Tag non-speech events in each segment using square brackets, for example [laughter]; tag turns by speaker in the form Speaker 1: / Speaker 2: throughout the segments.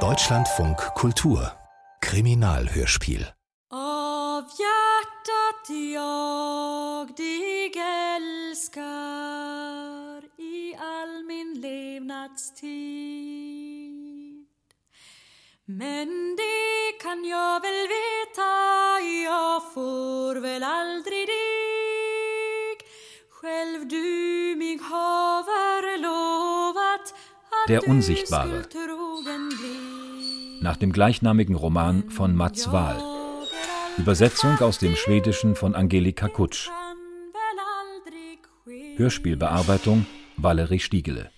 Speaker 1: Deutschlandfunk Kultur Kriminalhörspiel
Speaker 2: Av hjärtat jag dig älskar i all min levnadstid Men det kan jag väl veta, jag får väl aldrig dig Själv du mig haver lovat att
Speaker 3: Der
Speaker 2: du
Speaker 3: Unsichtbare.
Speaker 2: skull trogen bli
Speaker 3: nach dem gleichnamigen Roman von Mats Wahl. Übersetzung aus dem Schwedischen von Angelika Kutsch. Hörspielbearbeitung Valerie Stiegele.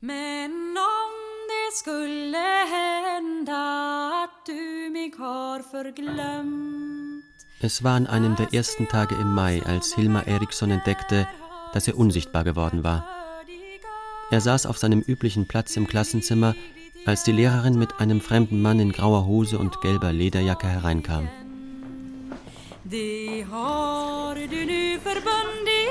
Speaker 2: Men om det skulle hända att du mig har förglömt
Speaker 4: Es war an einem der ersten Tage im Mai, als Hilmar Eriksson entdeckte, dass er unsichtbar geworden war. Er saß auf seinem üblichen Platz im Klassenzimmer, als die Lehrerin mit einem fremden Mann in grauer Hose und gelber Lederjacke hereinkam.
Speaker 2: Det har du nu förbundit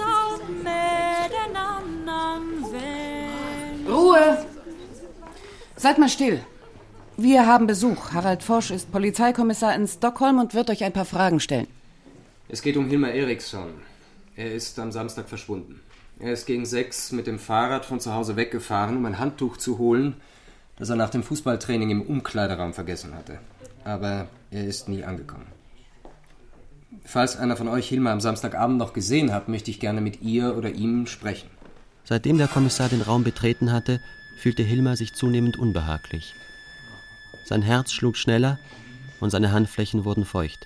Speaker 2: allt med en annan vän
Speaker 5: Ruhe! Seid mal still. Wir haben Besuch. Harald Forsch ist Polizeikommissar in Stockholm und wird euch ein paar Fragen stellen.
Speaker 6: Es geht um Hilmar Eriksson. Er ist am Samstag verschwunden. Er ist gegen sechs mit dem Fahrrad von zu Hause weggefahren, um ein Handtuch zu holen, das er nach dem Fußballtraining im Umkleideraum vergessen hatte. Aber er ist nie angekommen. Falls einer von euch Hilmar am Samstagabend noch gesehen hat, möchte ich gerne mit ihr oder ihm sprechen.
Speaker 4: Seitdem der Kommissar den Raum betreten hatte, fühlte Hilmar sich zunehmend unbehaglich. Sein Herz schlug schneller und seine Handflächen wurden feucht.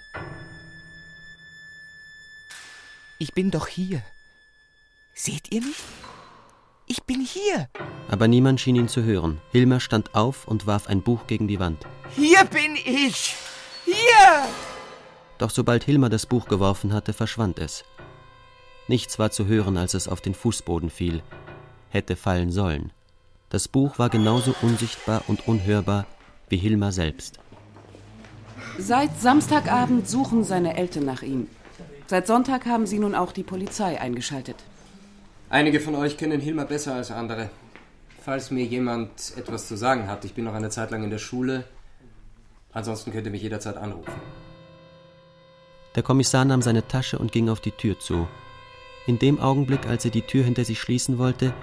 Speaker 7: Ich bin doch hier. Seht ihr nicht? Ich bin hier.
Speaker 4: Aber niemand schien ihn zu hören. Hilmar stand auf und warf ein Buch gegen die Wand.
Speaker 7: Hier bin ich. Hier.
Speaker 4: Doch sobald Hilmar das Buch geworfen hatte, verschwand es. Nichts war zu hören, als es auf den Fußboden fiel. Hätte fallen sollen. Das Buch war genauso unsichtbar und unhörbar wie Hilmar selbst.
Speaker 5: Seit Samstagabend suchen seine Eltern nach ihm. Seit Sonntag haben sie nun auch die Polizei eingeschaltet.
Speaker 6: Einige von euch kennen Hilmar besser als andere. Falls mir jemand etwas zu sagen hat, ich bin noch eine Zeit lang in der Schule. Ansonsten könnt ihr mich jederzeit anrufen.
Speaker 4: Der Kommissar nahm seine Tasche und ging auf die Tür zu. In dem Augenblick, als er die Tür hinter sich schließen wollte,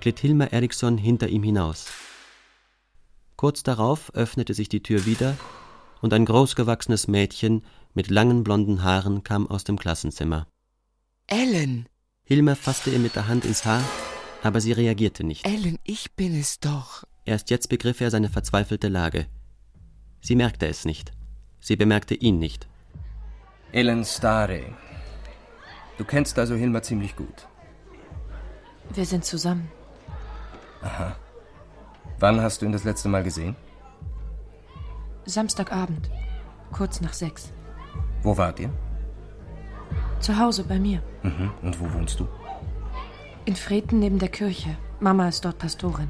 Speaker 4: glitt Hilmar Eriksson hinter ihm hinaus. Kurz darauf öffnete sich die Tür wieder und ein großgewachsenes Mädchen mit langen blonden Haaren kam aus dem Klassenzimmer.
Speaker 7: Ellen.
Speaker 4: Hilmer fasste ihr mit der Hand ins Haar, aber sie reagierte nicht.
Speaker 7: Ellen, ich bin es doch.
Speaker 4: Erst jetzt begriff er seine verzweifelte Lage. Sie merkte es nicht. Sie bemerkte ihn nicht.
Speaker 6: Ellen Stare. Du kennst also Hilmar ziemlich gut.
Speaker 8: Wir sind zusammen.
Speaker 6: Wann hast du ihn das letzte Mal gesehen?
Speaker 8: Samstagabend. Kurz nach sechs.
Speaker 6: Wo wart ihr?
Speaker 8: Zu Hause bei mir.
Speaker 6: Mhm. Und wo wohnst du?
Speaker 8: In Freten neben der Kirche. Mama ist dort Pastorin.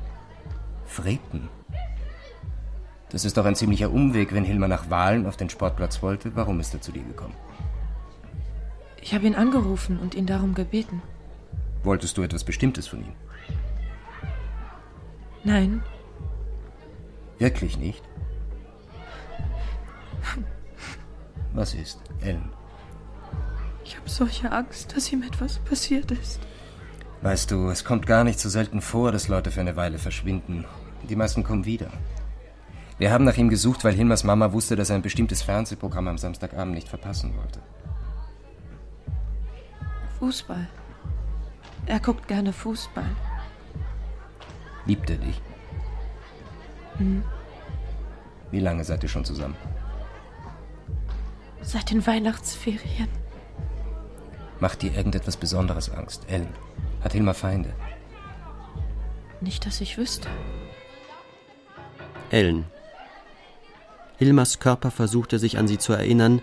Speaker 6: Freten. Das ist doch ein ziemlicher Umweg, wenn Hilmar nach Wahlen auf den Sportplatz wollte. Warum ist er zu dir gekommen?
Speaker 8: Ich habe ihn angerufen und ihn darum gebeten.
Speaker 6: Wolltest du etwas Bestimmtes von ihm?
Speaker 8: Nein,
Speaker 6: Wirklich [laughs] nicht? Was ist, Ellen?
Speaker 8: ich habe solche Angst, dass ihm etwas passiert ist.
Speaker 6: Weißt du, es kommt gar nicht so selten vor, dass Leute für eine Weile verschwinden. Die meisten kommen wieder. Wir haben nach ihm gesucht, weil Hilmers Mama wusste, dass er ein bestimmtes Fernsehprogramm am Samstagabend nicht verpassen wollte.
Speaker 8: Fußball. Er guckt gerne Fußball.
Speaker 6: Liebt er dich?
Speaker 8: Hm.
Speaker 6: Wie lange seid ihr schon zusammen?
Speaker 8: Seit den Weihnachtsferien.
Speaker 6: Macht dir irgendetwas Besonderes Angst, Ellen? Hat Hilmar Feinde?
Speaker 8: Nicht, dass ich wüsste.
Speaker 4: Ellen. Hilmers Körper versuchte sich an sie zu erinnern,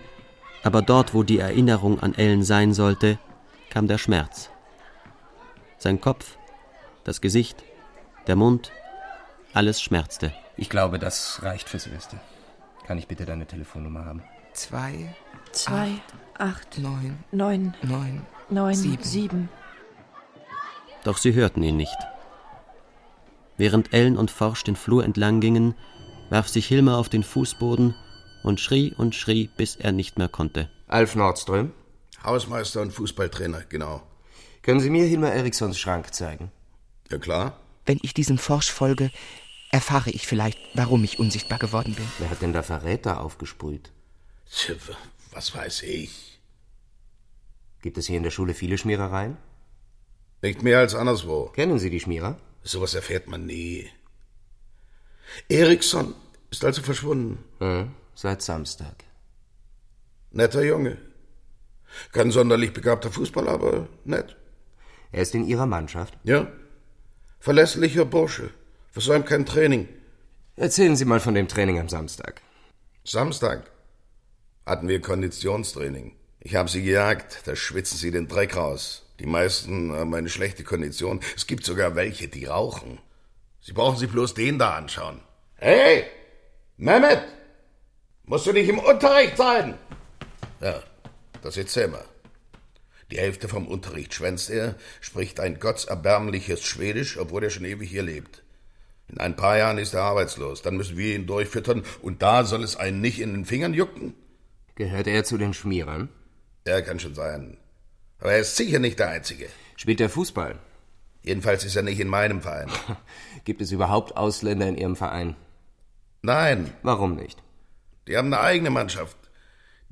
Speaker 4: aber dort, wo die Erinnerung an Ellen sein sollte, kam der Schmerz. Sein Kopf, das Gesicht, der Mund, alles schmerzte.
Speaker 6: Ich glaube, das reicht fürs Erste. Kann ich bitte deine Telefonnummer haben?
Speaker 7: Zwei,
Speaker 8: Zwei, acht,
Speaker 7: neun,
Speaker 8: neun,
Speaker 7: neun.
Speaker 8: neun,
Speaker 7: Sieben.
Speaker 8: sieben.
Speaker 4: Doch sie hörten ihn nicht. Während Ellen und Forsch den Flur entlang gingen, warf sich Hilmer auf den Fußboden und schrie und schrie, bis er nicht mehr konnte.
Speaker 6: Alf Nordström,
Speaker 9: Hausmeister und Fußballtrainer, genau.
Speaker 6: können Sie mir Hilmar Erikssons Schrank zeigen?
Speaker 9: Ja klar,
Speaker 7: Wenn ich diesem Forsch folge, erfahre ich vielleicht, warum ich unsichtbar geworden bin.
Speaker 6: Wer hat denn da Verräter aufgesprüht?
Speaker 9: Tja, w- was weiß ich.
Speaker 6: Gibt es hier in der Schule viele Schmierereien?
Speaker 9: Nicht mehr als anderswo.
Speaker 6: Kennen Sie die Schmierer?
Speaker 9: Sowas erfährt man nie. Eriksson ist also verschwunden.
Speaker 6: Hm, seit Samstag.
Speaker 9: Netter Junge. Kein sonderlich begabter Fußballer, aber nett.
Speaker 6: Er ist in Ihrer Mannschaft.
Speaker 9: Ja. Verlässlicher Bursche. Versäumt kein Training.
Speaker 6: Erzählen Sie mal von dem Training am Samstag.
Speaker 9: Samstag hatten wir Konditionstraining. Ich habe sie gejagt, da schwitzen sie den Dreck raus. Die meisten haben eine schlechte Kondition. Es gibt sogar welche, die rauchen. Sie brauchen sich bloß den da anschauen. Hey, Mehmet, musst du nicht im Unterricht sein? Ja, das erzähl mal. Die Hälfte vom Unterricht schwänzt er, spricht ein gottserbärmliches Schwedisch, obwohl er schon ewig hier lebt. In ein paar Jahren ist er arbeitslos. Dann müssen wir ihn durchfüttern und da soll es einen nicht in den Fingern jucken?
Speaker 6: Gehört er zu den Schmierern?
Speaker 9: Ja, kann schon sein. Aber er ist sicher nicht der Einzige.
Speaker 6: Spielt er Fußball?
Speaker 9: Jedenfalls ist er nicht in meinem Verein.
Speaker 6: [laughs] Gibt es überhaupt Ausländer in Ihrem Verein?
Speaker 9: Nein,
Speaker 6: Warum nicht?
Speaker 9: die haben eine eigene Mannschaft.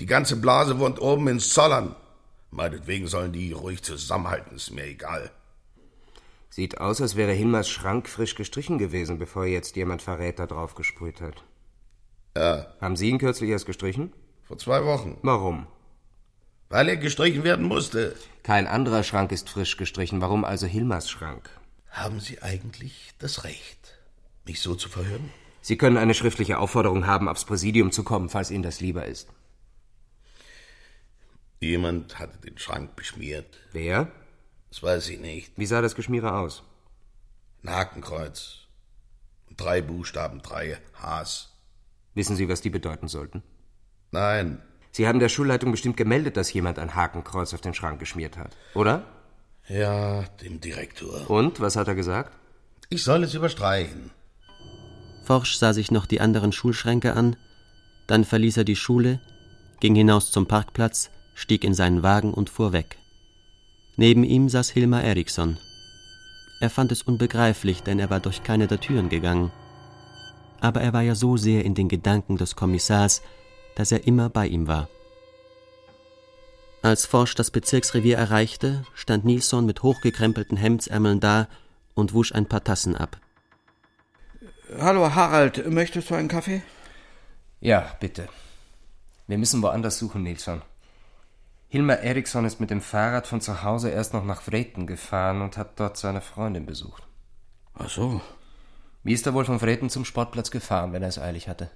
Speaker 9: Die ganze Blase wohnt oben in Zollern. Meinetwegen sollen die ruhig zusammenhalten, ist mir egal.
Speaker 6: Sieht aus, als wäre Hilmers Schrank frisch gestrichen gewesen, bevor jetzt jemand Verräter draufgesprüht hat.
Speaker 9: Ja.
Speaker 6: Haben Sie ihn kürzlich erst gestrichen?
Speaker 9: Vor zwei Wochen.
Speaker 6: Warum?
Speaker 9: Weil er gestrichen werden musste.
Speaker 6: Kein anderer Schrank ist frisch gestrichen. Warum also Hilmers Schrank?
Speaker 9: Haben Sie eigentlich das Recht, mich so zu verhören?
Speaker 6: Sie können eine schriftliche Aufforderung haben, aufs Präsidium zu kommen, falls Ihnen das lieber ist.
Speaker 9: Jemand hatte den Schrank beschmiert.
Speaker 6: Wer?
Speaker 9: Das weiß ich nicht.
Speaker 6: Wie sah das Geschmiere aus?
Speaker 9: Ein Hakenkreuz. Und drei Buchstaben, drei Hs.
Speaker 6: Wissen Sie, was die bedeuten sollten?
Speaker 9: Nein,
Speaker 6: Sie haben der Schulleitung bestimmt gemeldet, dass jemand ein Hakenkreuz auf den Schrank geschmiert hat, oder?
Speaker 9: ja, dem Direktor.
Speaker 6: Und, was hat er gesagt?
Speaker 9: Ich soll es überstreichen.
Speaker 4: Forsch sah sich noch die anderen Schulschränke an, dann verließ er die Schule, ging hinaus zum Parkplatz, stieg in seinen Wagen und fuhr weg. Neben ihm saß Hilmar Eriksson. Er fand es unbegreiflich, denn er war durch keine der Türen gegangen. Aber er war ja so sehr in den Gedanken des Kommissars, dass er immer bei ihm war. Als Forsch das Bezirksrevier erreichte, stand Nilsson mit hochgekrempelten Hemdsärmeln da und wusch ein paar Tassen ab.
Speaker 10: Hallo Harald, möchtest du einen Kaffee?
Speaker 6: Ja, bitte. Wir müssen woanders suchen, Nilsson. Hilmar Eriksson ist mit dem Fahrrad von zu Hause erst noch nach Vreten gefahren und hat dort seine Freundin besucht.
Speaker 10: Ach so,
Speaker 6: Wie ist er wohl von Vreten zum Sportplatz gefahren, wenn er es eilig hatte?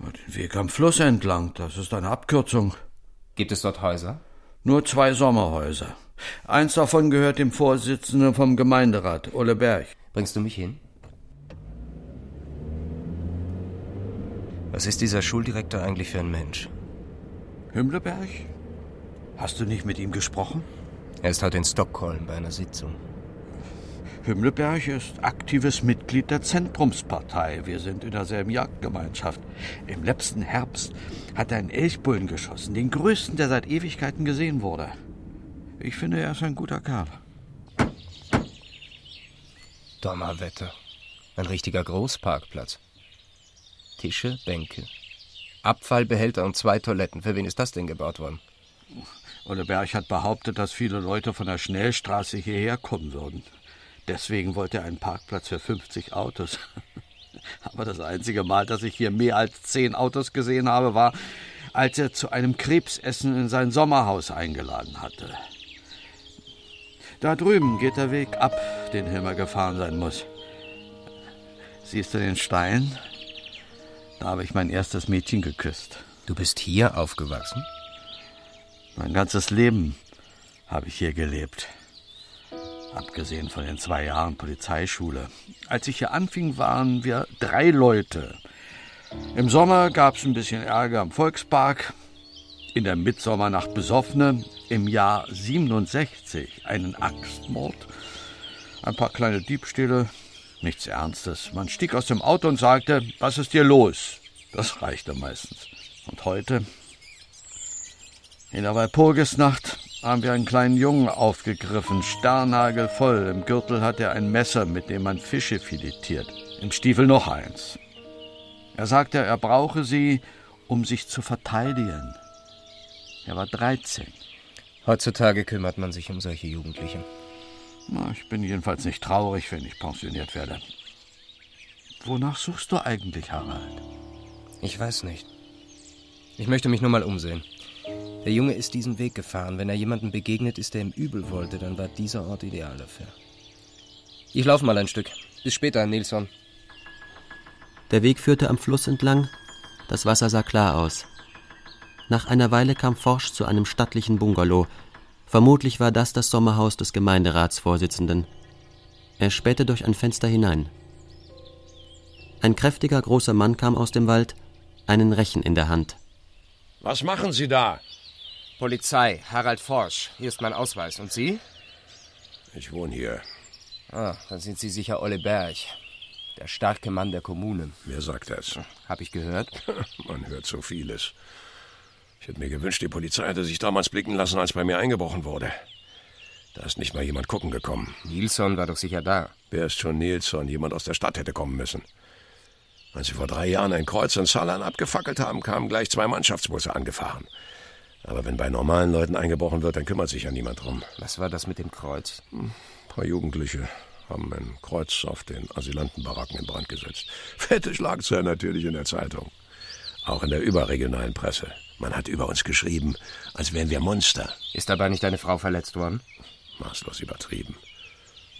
Speaker 10: den Weg am Fluss entlang, das ist eine Abkürzung.
Speaker 6: Gibt es dort Häuser?
Speaker 10: Nur zwei Sommerhäuser. Eins davon gehört dem Vorsitzenden vom Gemeinderat, Ole Berg.
Speaker 6: Bringst du mich hin? Was ist dieser Schuldirektor eigentlich für ein Mensch?
Speaker 10: Himmelberg? Hast du nicht mit ihm gesprochen?
Speaker 6: Er ist heute in Stockholm bei einer Sitzung.
Speaker 10: Himmelberg ist aktives Mitglied der Zentrumspartei. Wir sind in derselben Jagdgemeinschaft. Im letzten Herbst hat er einen Elchbullen geschossen, den größten, der seit Ewigkeiten gesehen wurde. Ich finde, er ist ein guter Kerl.
Speaker 6: Donnerwetter. Ein richtiger Großparkplatz. Tische, Bänke. Abfallbehälter und zwei Toiletten. Für wen ist das denn gebaut worden?
Speaker 10: Ole Berg hat behauptet, dass viele Leute von der Schnellstraße hierher kommen würden. Deswegen wollte er einen Parkplatz für 50 Autos. [laughs] Aber das einzige Mal, dass ich hier mehr als zehn Autos gesehen habe, war, als er zu einem Krebsessen in sein Sommerhaus eingeladen hatte. Da drüben geht der Weg ab, den Hilmer gefahren sein muss. Siehst du den Stein? Da habe ich mein erstes Mädchen geküsst.
Speaker 6: Du bist hier aufgewachsen?
Speaker 10: Mein ganzes Leben habe ich hier gelebt. Abgesehen von den zwei Jahren Polizeischule. Als ich hier anfing, waren wir drei Leute. Im Sommer gab es ein bisschen Ärger im Volkspark. In der Mitsommernacht Besoffene. Im Jahr 67 einen Axtmord. Ein paar kleine Diebstähle. Nichts Ernstes. Man stieg aus dem Auto und sagte, was ist dir los? Das reichte meistens. Und heute, in der Walpurgisnacht, haben wir einen kleinen Jungen aufgegriffen, sternhagelvoll. Im Gürtel hat er ein Messer, mit dem man Fische filetiert. Im Stiefel noch eins. Er sagte, er brauche sie, um sich zu verteidigen. Er war 13.
Speaker 6: Heutzutage kümmert man sich um solche Jugendlichen.
Speaker 10: Na, ich bin jedenfalls nicht traurig, wenn ich pensioniert werde. Wonach suchst du eigentlich, Harald?
Speaker 6: Ich weiß nicht. Ich möchte mich nur mal umsehen. Der Junge ist diesen Weg gefahren. Wenn er jemandem begegnet ist, der ihm übel wollte, dann war dieser Ort ideal dafür. Ich laufe mal ein Stück. Bis später, Nilsson.
Speaker 4: Der Weg führte am Fluss entlang, das Wasser sah klar aus. Nach einer Weile kam Forsch zu einem stattlichen Bungalow. Vermutlich war das das Sommerhaus des Gemeinderatsvorsitzenden. Er spähte durch ein Fenster hinein. Ein kräftiger, großer Mann kam aus dem Wald, einen Rechen in der Hand.
Speaker 11: Was machen Sie da?
Speaker 6: Polizei, Harald Forsch. Hier ist mein Ausweis. Und Sie?
Speaker 11: Ich wohne hier.
Speaker 6: Ah, dann sind Sie sicher Olle Berg. Der starke Mann der Kommune.
Speaker 11: Wer sagt das?
Speaker 6: Hab ich gehört?
Speaker 11: [laughs] Man hört so vieles. Ich hätte mir gewünscht, die Polizei hätte sich damals blicken lassen, als bei mir eingebrochen wurde. Da ist nicht mal jemand gucken gekommen.
Speaker 6: Nilsson war doch sicher da.
Speaker 11: Wer ist schon Nilsson? Jemand aus der Stadt hätte kommen müssen. Als sie vor drei Jahren ein Kreuz in Saarland abgefackelt haben, kamen gleich zwei Mannschaftsbusse angefahren. Aber wenn bei normalen Leuten eingebrochen wird, dann kümmert sich ja niemand drum. Hm,
Speaker 6: Was war das mit dem Kreuz?
Speaker 11: Ein paar Jugendliche haben ein Kreuz auf den Asylantenbaracken in Brand gesetzt. [laughs] Fette Schlagzeilen natürlich in der Zeitung. Auch in der überregionalen Presse. Man hat über uns geschrieben, als wären wir Monster.
Speaker 6: Ist dabei nicht deine Frau verletzt worden?
Speaker 11: Maßlos übertrieben.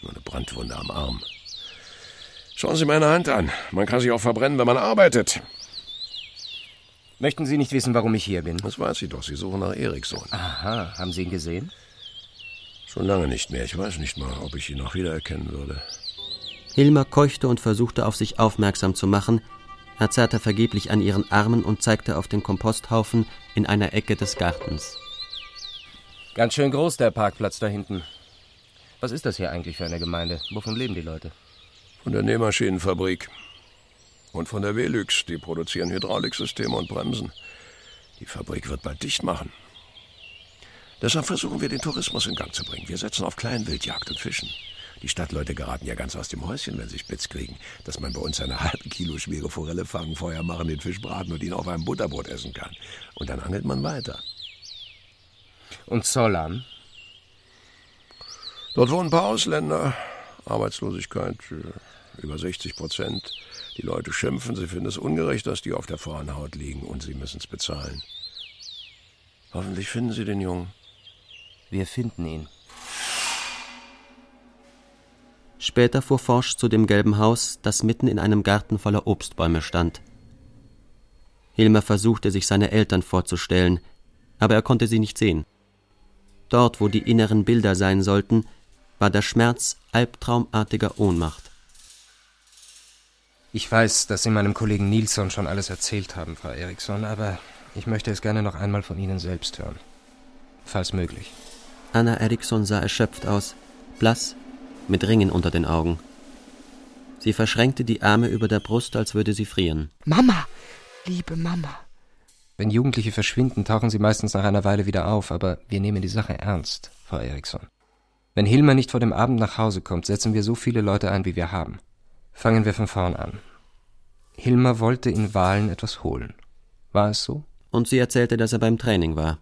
Speaker 11: Nur eine Brandwunde am Arm. Schauen Sie meine Hand an. Man kann sich auch verbrennen, wenn man arbeitet.
Speaker 6: Möchten Sie nicht wissen, warum ich hier bin?
Speaker 11: Das weiß ich doch. Sie suchen nach Eriksson.
Speaker 6: Aha, haben Sie ihn gesehen?
Speaker 11: Schon lange nicht mehr. Ich weiß nicht mal, ob ich ihn noch wiedererkennen würde.
Speaker 4: Hilma keuchte und versuchte, auf sich aufmerksam zu machen. Er zerrte vergeblich an ihren Armen und zeigte auf den Komposthaufen in einer Ecke des Gartens.
Speaker 6: Ganz schön groß, der Parkplatz da hinten. Was ist das hier eigentlich für eine Gemeinde? Wovon leben die Leute?
Speaker 11: Von der Nähmaschinenfabrik. Und von der Velux. Die produzieren Hydrauliksysteme und Bremsen. Die Fabrik wird bald dicht machen. Deshalb versuchen wir, den Tourismus in Gang zu bringen. Wir setzen auf Kleinwildjagd und Fischen. Die Stadtleute geraten ja ganz aus dem Häuschen, wenn sie Spitz kriegen, dass man bei uns eine halbe Kilo schwere Forelle fangen, Feuer machen, den Fisch braten und ihn auf einem Butterbrot essen kann. Und dann angelt man weiter.
Speaker 6: Und Zollern?
Speaker 11: Dort wohnen ein paar Ausländer. Arbeitslosigkeit äh, über 60 Prozent. Die Leute schimpfen, sie finden es ungerecht, dass die auf der faulen Haut liegen und sie müssen es bezahlen. Hoffentlich finden sie den Jungen.
Speaker 6: Wir finden ihn.
Speaker 4: Später fuhr Forsch zu dem gelben Haus, das mitten in einem Garten voller Obstbäume stand. Hilmer versuchte, sich seine Eltern vorzustellen, aber er konnte sie nicht sehen. Dort, wo die inneren Bilder sein sollten, war der Schmerz albtraumartiger Ohnmacht.
Speaker 6: Ich weiß, dass Sie meinem Kollegen Nilsson schon alles erzählt haben, Frau Eriksson, aber ich möchte es gerne noch einmal von Ihnen selbst hören. Falls möglich.
Speaker 4: Anna Eriksson sah erschöpft aus, blass, mit Ringen unter den Augen. Sie verschränkte die Arme über der Brust, als würde sie frieren.
Speaker 7: Mama, liebe Mama.
Speaker 6: Wenn Jugendliche verschwinden, tauchen sie meistens nach einer Weile wieder auf, aber wir nehmen die Sache ernst, Frau Eriksson. Wenn Hilmer nicht vor dem Abend nach Hause kommt, setzen wir so viele Leute ein, wie wir haben. Fangen wir von vorn an. Hilmer wollte in Wahlen etwas holen. War es so?
Speaker 4: Und sie erzählte, dass er beim Training war.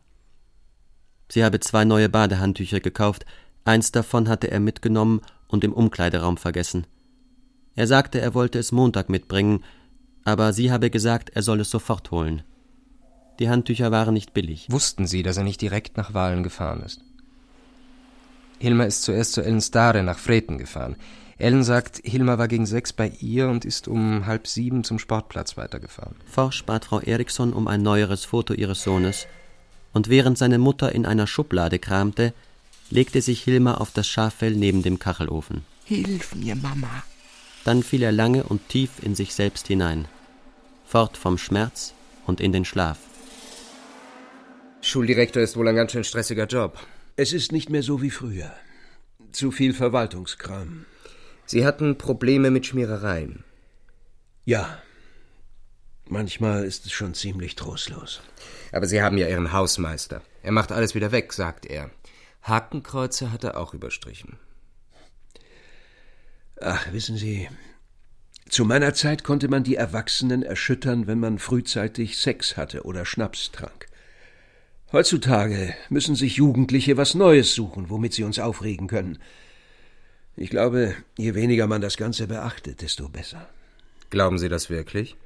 Speaker 4: Sie habe zwei neue Badehandtücher gekauft, eins davon hatte er mitgenommen und im Umkleideraum vergessen. Er sagte, er wollte es Montag mitbringen, aber sie habe gesagt, er soll es sofort holen. Die Handtücher waren nicht billig.
Speaker 6: Wussten Sie, dass er nicht direkt nach Wahlen gefahren ist? Hilma ist zuerst zu Ellen Stare nach Vreten gefahren. Ellen sagt, Hilma war gegen sechs bei ihr und ist um halb sieben zum Sportplatz weitergefahren.
Speaker 4: Forsch bat Frau Eriksson um ein neueres Foto ihres Sohnes, und während seine Mutter in einer Schublade kramte, legte sich Hilma auf das Schaffell neben dem Kachelofen.
Speaker 7: Hilf mir, Mama.
Speaker 4: Dann fiel er lange und tief in sich selbst hinein, fort vom Schmerz und in den Schlaf.
Speaker 6: Schuldirektor ist wohl ein ganz schön stressiger Job.
Speaker 12: Es ist nicht mehr so wie früher. Zu viel Verwaltungskram.
Speaker 6: Sie hatten Probleme mit Schmierereien.
Speaker 12: Ja. Manchmal ist es schon ziemlich trostlos.
Speaker 6: Aber Sie haben ja Ihren Hausmeister. Er macht alles wieder weg, sagt er. Hakenkreuze hat er auch überstrichen.
Speaker 12: Ach, wissen Sie, zu meiner Zeit konnte man die Erwachsenen erschüttern, wenn man frühzeitig Sex hatte oder Schnaps trank. Heutzutage müssen sich Jugendliche was Neues suchen, womit sie uns aufregen können. Ich glaube, je weniger man das Ganze beachtet, desto besser.
Speaker 6: Glauben Sie das wirklich?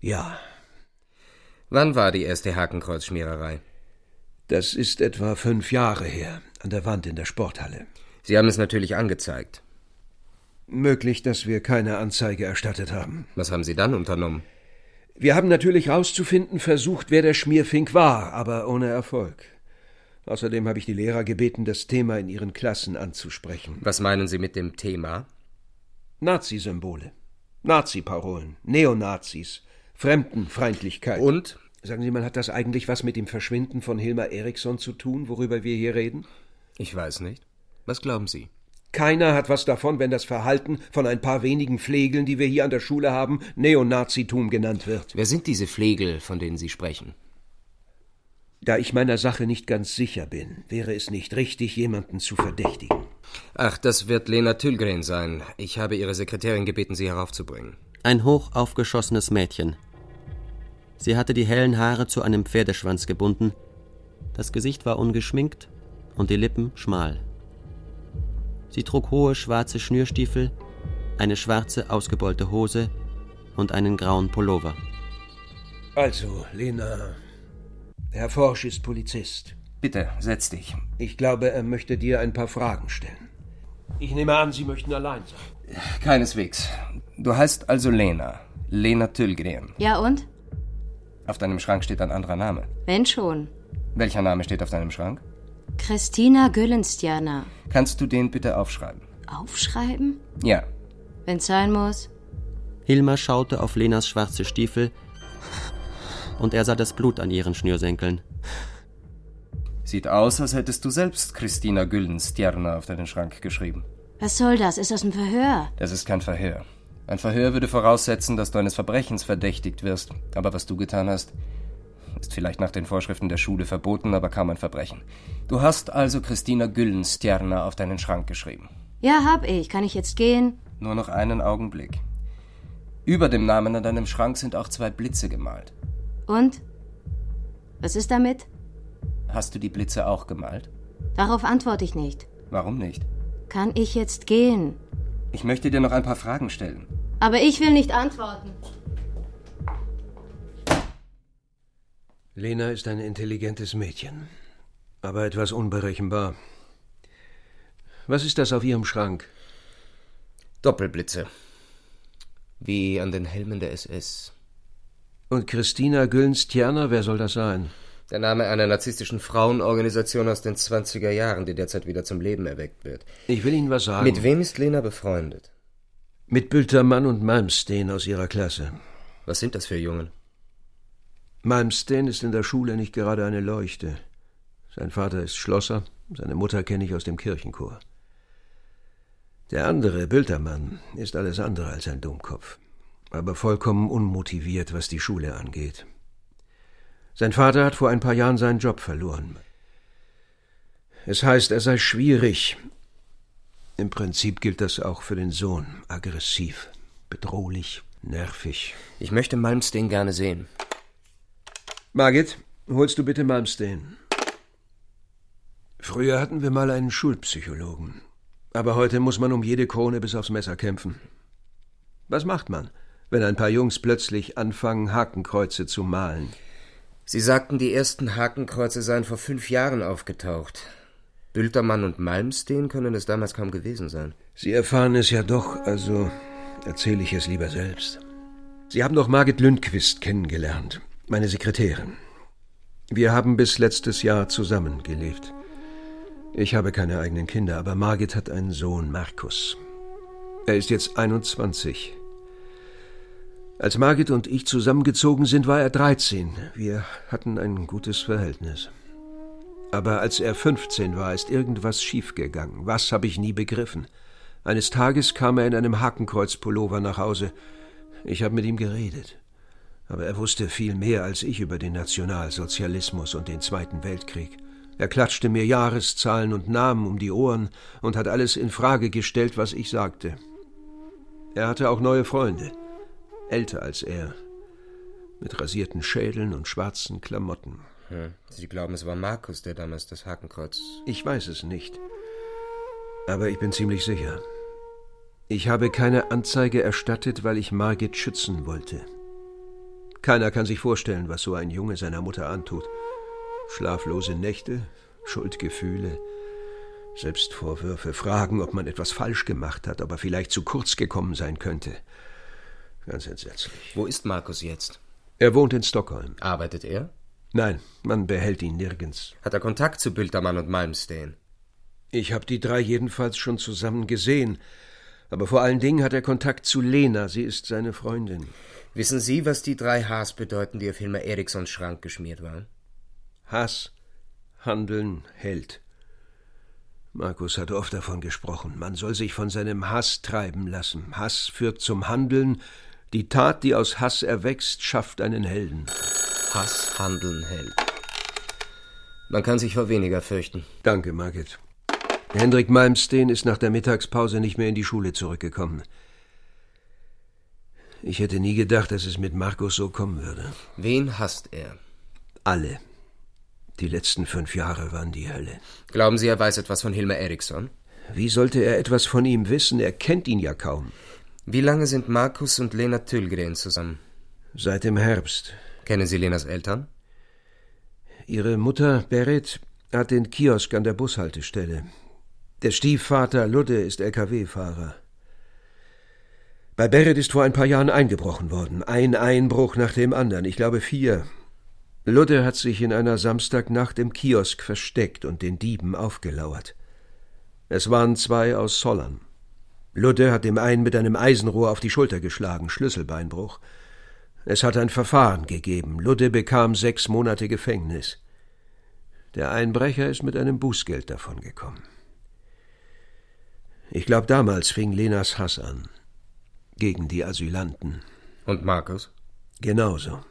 Speaker 12: Ja.
Speaker 6: Wann war die erste Hakenkreuzschmiererei?
Speaker 12: Das ist etwa fünf Jahre her, an der Wand in der Sporthalle.
Speaker 6: Sie haben es natürlich angezeigt.
Speaker 12: Möglich, dass wir keine Anzeige erstattet haben.
Speaker 6: Was haben Sie dann unternommen?
Speaker 12: Wir haben natürlich herauszufinden versucht, wer der Schmierfink war, aber ohne Erfolg. Außerdem habe ich die Lehrer gebeten, das Thema in ihren Klassen anzusprechen.
Speaker 6: Was meinen Sie mit dem Thema?
Speaker 12: Nazi-Symbole, Nazi-Parolen, Neonazis, Fremdenfeindlichkeit.
Speaker 6: Und?
Speaker 12: Sagen Sie mal, hat das eigentlich was mit dem Verschwinden von Hilmar Eriksson zu tun, worüber wir hier reden?
Speaker 6: Ich weiß nicht. Was glauben Sie?
Speaker 12: Keiner hat was davon, wenn das Verhalten von ein paar wenigen Pflegeln, die wir hier an der Schule haben, Neonazitum genannt wird.
Speaker 6: Wer sind diese Pflegel, von denen Sie sprechen?
Speaker 12: Da ich meiner Sache nicht ganz sicher bin, wäre es nicht richtig, jemanden zu verdächtigen.
Speaker 6: Ach, das wird Lena Tüllgren sein. Ich habe Ihre Sekretärin gebeten, sie heraufzubringen.
Speaker 4: Ein hoch aufgeschossenes Mädchen. Sie hatte die hellen Haare zu einem Pferdeschwanz gebunden, das Gesicht war ungeschminkt und die Lippen schmal. Sie trug hohe schwarze Schnürstiefel, eine schwarze ausgebeulte Hose und einen grauen Pullover.
Speaker 12: Also, Lena, Herr Forsch ist Polizist.
Speaker 6: Bitte, setz dich.
Speaker 12: Ich glaube, er möchte dir ein paar Fragen stellen. Ich nehme an, Sie möchten allein sein.
Speaker 6: Keineswegs. Du heißt also Lena. Lena Tüllgren.
Speaker 13: Ja und?
Speaker 6: Auf deinem Schrank steht ein anderer Name.
Speaker 13: Wenn schon.
Speaker 6: Welcher Name steht auf deinem Schrank?
Speaker 13: Christina Güllenstjana.
Speaker 6: Kannst du den bitte aufschreiben?
Speaker 13: Aufschreiben?
Speaker 6: Ja.
Speaker 13: Wenn's sein muss.
Speaker 4: Hilmar schaute auf Lenas schwarze Stiefel und er sah das Blut an ihren Schnürsenkeln.
Speaker 6: Sieht aus, als hättest du selbst Christina Güllenstjana auf deinen Schrank geschrieben.
Speaker 13: Was soll das? Ist das ein Verhör?
Speaker 6: Das ist kein Verhör. Ein Verhör würde voraussetzen, dass du eines Verbrechens verdächtigt wirst. Aber was du getan hast, ist vielleicht nach den Vorschriften der Schule verboten, aber kaum ein Verbrechen. Du hast also Christina Güllenstjerner auf deinen Schrank geschrieben.
Speaker 13: Ja, hab ich. Kann ich jetzt gehen?
Speaker 6: Nur noch einen Augenblick. Über dem Namen an deinem Schrank sind auch zwei Blitze gemalt.
Speaker 13: Und? Was ist damit?
Speaker 6: Hast du die Blitze auch gemalt?
Speaker 13: Darauf antworte ich nicht.
Speaker 6: Warum nicht?
Speaker 13: Kann ich jetzt gehen?
Speaker 6: Ich möchte dir noch ein paar Fragen stellen.
Speaker 13: Aber ich will nicht antworten.
Speaker 12: Lena ist ein intelligentes Mädchen, aber etwas unberechenbar. Was ist das auf ihrem Schrank?
Speaker 6: Doppelblitze. Wie an den Helmen der SS.
Speaker 12: Und Christina Güllenstjerner, wer soll das sein?
Speaker 6: Der Name einer narzisstischen Frauenorganisation aus den 20er Jahren, die derzeit wieder zum Leben erweckt wird.
Speaker 12: Ich will Ihnen was sagen.
Speaker 6: Mit wem ist Lena befreundet?
Speaker 12: Mit Bültermann und Malmsteen aus ihrer Klasse.
Speaker 6: Was sind das für Jungen?
Speaker 12: Malmsteen ist in der Schule nicht gerade eine Leuchte. Sein Vater ist Schlosser, seine Mutter kenne ich aus dem Kirchenchor. Der andere, Bültermann, ist alles andere als ein Dummkopf, aber vollkommen unmotiviert, was die Schule angeht. Sein Vater hat vor ein paar Jahren seinen Job verloren. Es heißt, er sei schwierig. Im Prinzip gilt das auch für den Sohn. Aggressiv, bedrohlich, nervig.
Speaker 6: Ich möchte Malmsteen gerne sehen.
Speaker 12: Margit, holst du bitte Malmsteen. Früher hatten wir mal einen Schulpsychologen. Aber heute muss man um jede Krone bis aufs Messer kämpfen. Was macht man, wenn ein paar Jungs plötzlich anfangen, Hakenkreuze zu malen?
Speaker 6: Sie sagten, die ersten Hakenkreuze seien vor fünf Jahren aufgetaucht. Bültermann und Malmsteen können es damals kaum gewesen sein.
Speaker 12: Sie erfahren es ja doch, also erzähle ich es lieber selbst. Sie haben doch Margit Lündquist kennengelernt meine Sekretärin. Wir haben bis letztes Jahr zusammen gelebt. Ich habe keine eigenen Kinder, aber Margit hat einen Sohn, Markus. Er ist jetzt 21. Als Margit und ich zusammengezogen sind, war er 13. Wir hatten ein gutes Verhältnis. Aber als er 15 war, ist irgendwas schiefgegangen. Was habe ich nie begriffen. Eines Tages kam er in einem Hakenkreuz-Pullover nach Hause. Ich habe mit ihm geredet. Aber er wusste viel mehr als ich über den Nationalsozialismus und den Zweiten Weltkrieg. Er klatschte mir Jahreszahlen und Namen um die Ohren und hat alles in Frage gestellt, was ich sagte. Er hatte auch neue Freunde, älter als er, mit rasierten Schädeln und schwarzen Klamotten.
Speaker 6: Hm. Sie glauben, es war Markus, der damals das Hakenkreuz.
Speaker 12: Ich weiß es nicht. Aber ich bin ziemlich sicher. Ich habe keine Anzeige erstattet, weil ich Margit schützen wollte. Keiner kann sich vorstellen, was so ein Junge seiner Mutter antut. Schlaflose Nächte, Schuldgefühle, Selbstvorwürfe, Fragen, ob man etwas falsch gemacht hat, ob er vielleicht zu kurz gekommen sein könnte. Ganz entsetzlich.
Speaker 6: Wo ist Markus jetzt?
Speaker 12: Er wohnt in Stockholm.
Speaker 6: Arbeitet er?
Speaker 12: Nein, man behält ihn nirgends.
Speaker 6: Hat er Kontakt zu Bültermann und Malmsteen?
Speaker 12: Ich habe die drei jedenfalls schon zusammen gesehen. Aber vor allen Dingen hat er Kontakt zu Lena, sie ist seine Freundin.
Speaker 6: Wissen Sie, was die drei Hs bedeuten, die auf Hilmar Erikssons Schrank geschmiert waren?
Speaker 12: Hass, Handeln, Held. Markus hat oft davon gesprochen, man soll sich von seinem Hass treiben lassen. Hass führt zum Handeln, die Tat, die aus Hass erwächst, schafft einen Helden.
Speaker 6: Hass, Handeln, Held. Man kann sich vor weniger fürchten.
Speaker 12: Danke, Margit. Hendrik Malmsteen ist nach der Mittagspause nicht mehr in die Schule zurückgekommen. Ich hätte nie gedacht, dass es mit Markus so kommen würde.
Speaker 6: Wen hasst er?
Speaker 12: Alle. Die letzten fünf Jahre waren die Hölle.
Speaker 6: Glauben Sie, er weiß etwas von Hilmar Eriksson?
Speaker 12: Wie sollte er etwas von ihm wissen? Er kennt ihn ja kaum.
Speaker 6: Wie lange sind Markus und Lena Tüllgren zusammen?
Speaker 12: Seit dem Herbst.
Speaker 6: Kennen Sie Lenas Eltern?
Speaker 12: Ihre Mutter, Berit, hat den Kiosk an der Bushaltestelle. Der Stiefvater Ludde ist Lkw-Fahrer. Bei Berit ist vor ein paar Jahren eingebrochen worden. Ein Einbruch nach dem anderen. Ich glaube vier. Ludde hat sich in einer Samstagnacht im Kiosk versteckt und den Dieben aufgelauert. Es waren zwei aus Zollern. Ludde hat dem einen mit einem Eisenrohr auf die Schulter geschlagen, Schlüsselbeinbruch. Es hat ein Verfahren gegeben. Ludde bekam sechs Monate Gefängnis. Der Einbrecher ist mit einem Bußgeld davongekommen. Ich glaube, damals fing Lenas Hass an. Gegen die Asylanten.
Speaker 6: Und Markus?
Speaker 12: Genauso.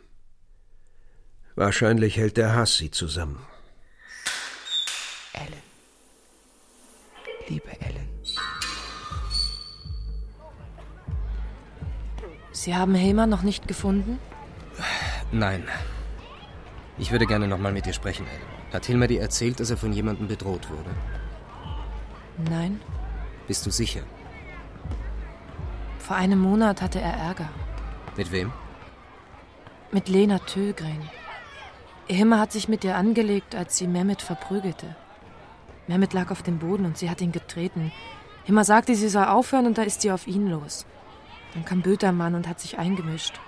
Speaker 12: Wahrscheinlich hält der Hass sie zusammen.
Speaker 7: Ellen. Liebe Ellen.
Speaker 14: Sie haben Hilmar noch nicht gefunden?
Speaker 6: Nein. Ich würde gerne nochmal mit dir sprechen, Ellen. Hat Hilmar dir erzählt, dass er von jemandem bedroht wurde?
Speaker 14: Nein.
Speaker 6: Bist du sicher?
Speaker 14: Vor einem Monat hatte er Ärger.
Speaker 6: Mit wem?
Speaker 14: Mit Lena Tögren. Himme hat sich mit ihr angelegt, als sie Mehmet verprügelte. Mehmet lag auf dem Boden und sie hat ihn getreten. Himme sagte, sie soll aufhören und da ist sie auf ihn los. Dann kam Bötermann und hat sich eingemischt.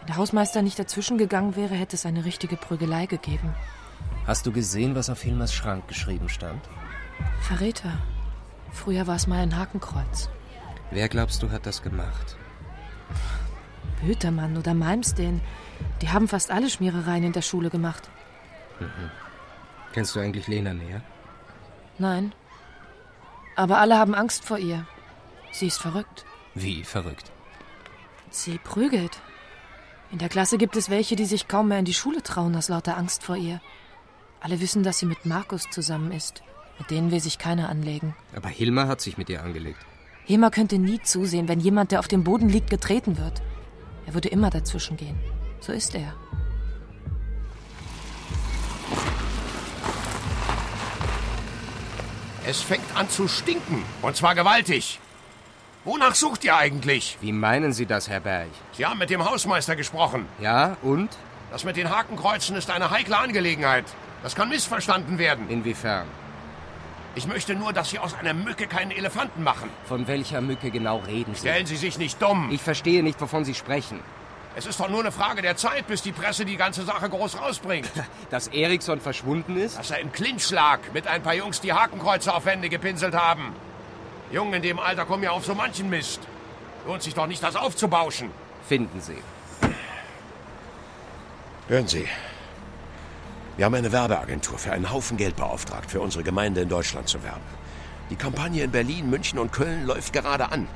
Speaker 14: Wenn der Hausmeister nicht dazwischen gegangen wäre, hätte es eine richtige Prügelei gegeben.
Speaker 6: Hast du gesehen, was auf Hilmers Schrank geschrieben stand?
Speaker 14: Verräter. Früher war es mal ein Hakenkreuz.
Speaker 6: Wer glaubst du hat das gemacht?
Speaker 14: Bötermann oder Malmsteen. Die haben fast alle Schmierereien in der Schule gemacht.
Speaker 6: Mhm. Kennst du eigentlich Lena näher?
Speaker 14: Nein. Aber alle haben Angst vor ihr. Sie ist verrückt.
Speaker 6: Wie verrückt?
Speaker 14: Sie prügelt. In der Klasse gibt es welche, die sich kaum mehr in die Schule trauen aus lauter Angst vor ihr. Alle wissen, dass sie mit Markus zusammen ist. Mit denen will sich keiner anlegen.
Speaker 6: Aber Hilmar hat sich mit ihr angelegt.
Speaker 14: Hilmar könnte nie zusehen, wenn jemand, der auf dem Boden liegt, getreten wird. Er würde immer dazwischen gehen. So ist er.
Speaker 15: Es fängt an zu stinken. Und zwar gewaltig. Wonach sucht ihr eigentlich?
Speaker 6: Wie meinen Sie das, Herr Berg?
Speaker 15: Sie haben mit dem Hausmeister gesprochen.
Speaker 6: Ja, und?
Speaker 15: Das mit den Hakenkreuzen ist eine heikle Angelegenheit. Das kann missverstanden werden.
Speaker 6: Inwiefern?
Speaker 15: Ich möchte nur, dass Sie aus einer Mücke keinen Elefanten machen.
Speaker 6: Von welcher Mücke genau reden Sie?
Speaker 15: Stellen Sie sich nicht dumm.
Speaker 6: Ich verstehe nicht, wovon Sie sprechen.
Speaker 15: Es ist doch nur eine Frage der Zeit, bis die Presse die ganze Sache groß rausbringt.
Speaker 6: [laughs] Dass Eriksson verschwunden ist?
Speaker 15: Dass er im Clinch lag, mit ein paar Jungs die Hakenkreuze auf Wände gepinselt haben. Jungen in dem Alter kommen ja auf so manchen Mist. Lohnt sich doch nicht, das aufzubauschen.
Speaker 6: Finden Sie.
Speaker 15: Hören Sie, wir haben eine Werbeagentur für einen Haufen Geld beauftragt, für unsere Gemeinde in Deutschland zu werben. Die Kampagne in Berlin, München und Köln läuft gerade an.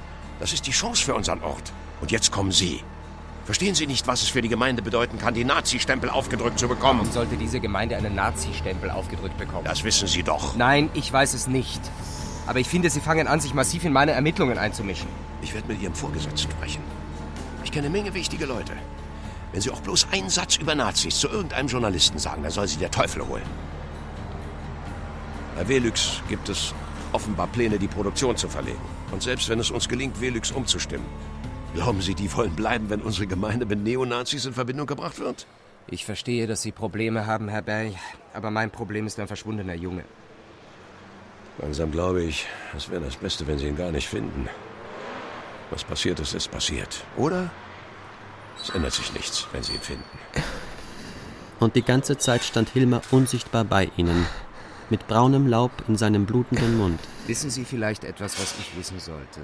Speaker 15: Das ist die Chance für unseren Ort. Und jetzt kommen Sie. Verstehen Sie nicht, was es für die Gemeinde bedeuten kann, den Nazi-Stempel aufgedrückt zu bekommen?
Speaker 6: Warum sollte diese Gemeinde einen Nazi-Stempel aufgedrückt bekommen?
Speaker 15: Das wissen Sie doch.
Speaker 6: Nein, ich weiß es nicht. Aber ich finde, Sie fangen an, sich massiv in meine Ermittlungen einzumischen.
Speaker 15: Ich werde mit Ihrem Vorgesetzten sprechen. Ich kenne eine Menge wichtige Leute. Wenn Sie auch bloß einen Satz über Nazis zu irgendeinem Journalisten sagen, dann soll Sie der Teufel holen. Bei Velux gibt es offenbar Pläne, die Produktion zu verlegen. Und selbst wenn es uns gelingt, Velux umzustimmen, glauben Sie, die wollen bleiben, wenn unsere Gemeinde mit Neonazis in Verbindung gebracht wird?
Speaker 6: Ich verstehe, dass Sie Probleme haben, Herr Berg, aber mein Problem ist ein verschwundener Junge.
Speaker 11: Langsam glaube ich, es wäre das Beste, wenn Sie ihn gar nicht finden. Was passiert ist, ist passiert. Oder? Es ändert sich nichts, wenn Sie ihn finden.
Speaker 4: Und die ganze Zeit stand Hilmer unsichtbar bei ihnen, mit braunem Laub in seinem blutenden Mund.
Speaker 6: Wissen Sie vielleicht etwas, was ich wissen sollte?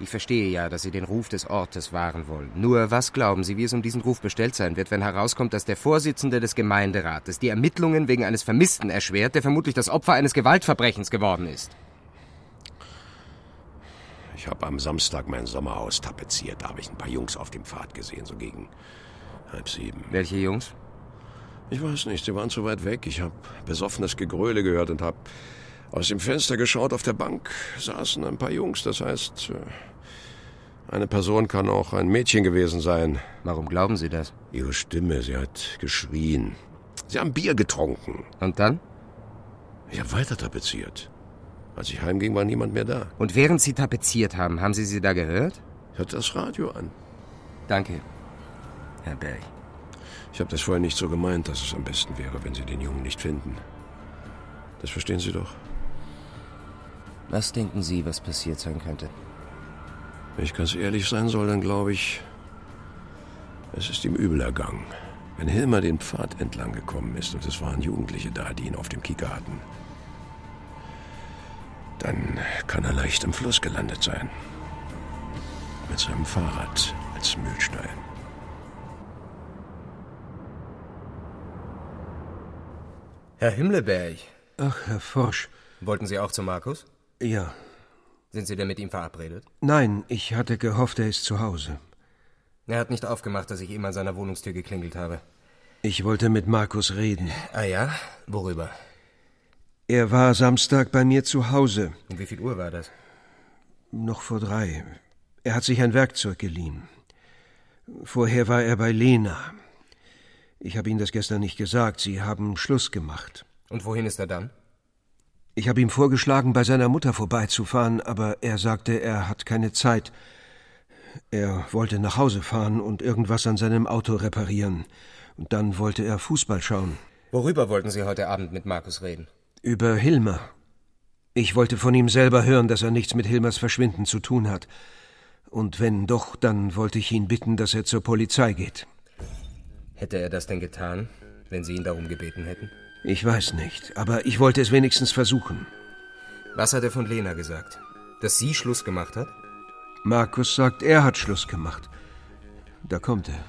Speaker 6: Ich verstehe ja, dass Sie den Ruf des Ortes wahren wollen. Nur was glauben Sie, wie es um diesen Ruf bestellt sein wird, wenn herauskommt, dass der Vorsitzende des Gemeinderates die Ermittlungen wegen eines Vermissten erschwert, der vermutlich das Opfer eines Gewaltverbrechens geworden ist?
Speaker 15: Ich habe am Samstag mein Sommerhaus tapeziert. Da habe ich ein paar Jungs auf dem Pfad gesehen, so gegen halb sieben.
Speaker 6: Welche Jungs?
Speaker 11: Ich weiß nicht, sie waren zu weit weg. Ich habe besoffenes Gegröle gehört und habe aus dem Fenster geschaut. Auf der Bank saßen ein paar Jungs. Das heißt, äh, eine Person kann auch ein Mädchen gewesen sein.
Speaker 6: Warum glauben Sie das?
Speaker 11: Ihre Stimme, sie hat geschrien. Sie haben Bier getrunken.
Speaker 6: Und dann?
Speaker 11: Ich habe weiter tapeziert. Als ich heimging, war niemand mehr da.
Speaker 6: Und während Sie tapeziert haben, haben Sie sie da gehört?
Speaker 11: Ich hatte das Radio an.
Speaker 6: Danke, Herr Berg.
Speaker 11: Ich habe das vorher nicht so gemeint, dass es am besten wäre, wenn Sie den Jungen nicht finden. Das verstehen Sie doch.
Speaker 6: Was denken Sie, was passiert sein könnte?
Speaker 11: Wenn ich ganz ehrlich sein soll, dann glaube ich, es ist ihm übel ergangen. Wenn Hilmer den Pfad entlang gekommen ist und es waren Jugendliche da, die ihn auf dem Kieker hatten, dann kann er leicht im Fluss gelandet sein. Mit seinem Fahrrad als Mühlstein.
Speaker 6: Herr Himmelberg.
Speaker 12: Ach, Herr Forsch.
Speaker 6: Wollten Sie auch zu Markus?
Speaker 12: Ja.
Speaker 6: Sind Sie denn mit ihm verabredet?
Speaker 12: Nein, ich hatte gehofft, er ist zu Hause.
Speaker 6: Er hat nicht aufgemacht, dass ich ihm an seiner Wohnungstür geklingelt habe.
Speaker 12: Ich wollte mit Markus reden.
Speaker 6: Ah ja? Worüber?
Speaker 12: Er war Samstag bei mir zu Hause.
Speaker 6: Um wie viel Uhr war das?
Speaker 12: Noch vor drei. Er hat sich ein Werkzeug geliehen. Vorher war er bei Lena. Ich habe Ihnen das gestern nicht gesagt. Sie haben Schluss gemacht.
Speaker 6: Und wohin ist er dann?
Speaker 12: Ich habe ihm vorgeschlagen, bei seiner Mutter vorbeizufahren, aber er sagte, er hat keine Zeit. Er wollte nach Hause fahren und irgendwas an seinem Auto reparieren. Und dann wollte er Fußball schauen.
Speaker 6: Worüber wollten Sie heute Abend mit Markus reden?
Speaker 12: Über Hilmer. Ich wollte von ihm selber hören, dass er nichts mit Hilmers Verschwinden zu tun hat. Und wenn doch, dann wollte ich ihn bitten, dass er zur Polizei geht.
Speaker 6: Hätte er das denn getan, wenn Sie ihn darum gebeten hätten?
Speaker 12: Ich weiß nicht, aber ich wollte es wenigstens versuchen.
Speaker 6: Was hat er von Lena gesagt? Dass sie Schluss gemacht hat?
Speaker 12: Markus sagt, er hat Schluss gemacht. Da kommt er.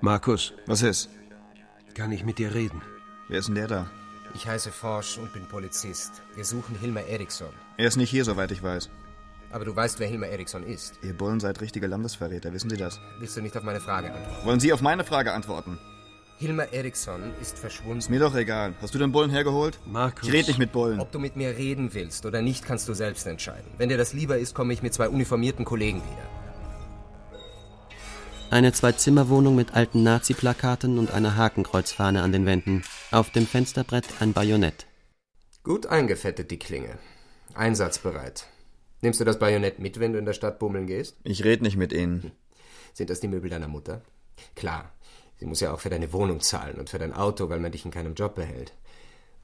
Speaker 12: Markus.
Speaker 16: Was ist?
Speaker 12: Kann ich mit dir reden?
Speaker 16: Wer ist denn der da?
Speaker 6: Ich heiße Forsch und bin Polizist. Wir suchen Hilmar Eriksson.
Speaker 16: Er ist nicht hier, soweit ich weiß.
Speaker 6: Aber du weißt, wer Hilmar Eriksson ist.
Speaker 16: Ihr Bullen seid richtige Landesverräter, wissen Sie das?
Speaker 6: Willst du nicht auf meine Frage antworten?
Speaker 16: Wollen Sie auf meine Frage antworten?
Speaker 6: Hilmar Eriksson ist verschwunden. Ist
Speaker 16: mir doch egal. Hast du den Bullen hergeholt?
Speaker 12: Markus.
Speaker 16: Ich rede nicht mit Bullen.
Speaker 6: Ob du mit mir reden willst oder nicht, kannst du selbst entscheiden. Wenn dir das lieber ist, komme ich mit zwei uniformierten Kollegen wieder.
Speaker 4: Eine Zwei-Zimmer-Wohnung mit alten Nazi-Plakaten und einer Hakenkreuzfahne an den Wänden. Auf dem Fensterbrett ein Bajonett.
Speaker 6: Gut eingefettet die Klinge. Einsatzbereit. Nimmst du das Bajonett mit, wenn du in der Stadt bummeln gehst? Hm.
Speaker 16: Ich rede nicht mit ihnen.
Speaker 6: Sind das die Möbel deiner Mutter? Klar. Sie muss ja auch für deine Wohnung zahlen und für dein Auto, weil man dich in keinem Job behält.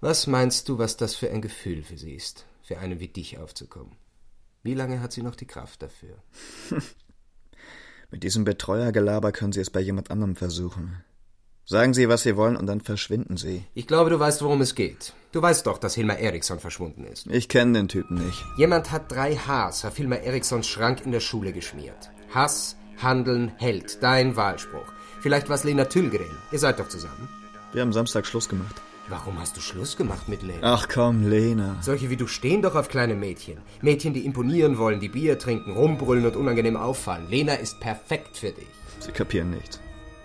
Speaker 6: Was meinst du, was das für ein Gefühl für sie ist, für einen wie dich aufzukommen? Wie lange hat sie noch die Kraft dafür?
Speaker 16: mit diesem Betreuergelaber können sie es bei jemand anderem versuchen. Sagen sie, was sie wollen, und dann verschwinden sie.
Speaker 6: Ich glaube, du weißt, worum es geht. Du weißt doch, dass Hilmar Eriksson verschwunden ist.
Speaker 16: Ich kenne den Typen nicht.
Speaker 6: Jemand hat drei Hs auf Hilmar Erikssons Schrank in der Schule geschmiert. Hass, Handeln, Held. Dein Wahlspruch. Vielleicht was Lena Tüllgren. Ihr seid doch zusammen.
Speaker 16: Wir haben Samstag Schluss gemacht. Ah.
Speaker 17: Warum hast du Schluss gemacht mit Lena?
Speaker 16: Ach komm, Lena.
Speaker 17: Solche wie du stehen doch auf kleine Mädchen. Mädchen, die imponieren wollen, die Bier trinken, rumbrüllen und unangenehm auffallen. Lena ist perfekt für dich.
Speaker 16: Sie kapieren nichts.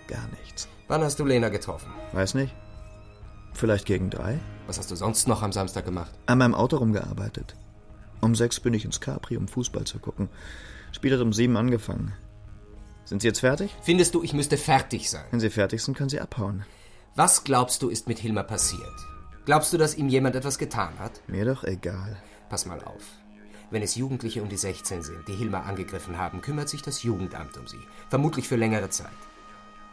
Speaker 16: Gar nichts.
Speaker 17: Wann hast du Lena getroffen?
Speaker 16: Weiß nicht. Vielleicht gegen drei?
Speaker 17: Was hast du sonst noch am Samstag gemacht?
Speaker 16: An meinem Auto rumgearbeitet. Um sechs bin ich ins Capri, um Fußball zu gucken. Spiel hat um sieben angefangen. Sind Sie jetzt fertig?
Speaker 17: Findest du, ich müsste fertig sein?
Speaker 16: Wenn Sie fertig sind, können Sie abhauen.
Speaker 17: Was glaubst du, ist mit Hilmar passiert? Glaubst du, dass ihm jemand etwas getan hat?
Speaker 16: Mir doch egal.
Speaker 17: Pass mal auf. Wenn es Jugendliche um die 16 sind, die Hilmar angegriffen haben, kümmert sich das Jugendamt um sie. Vermutlich für längere Zeit.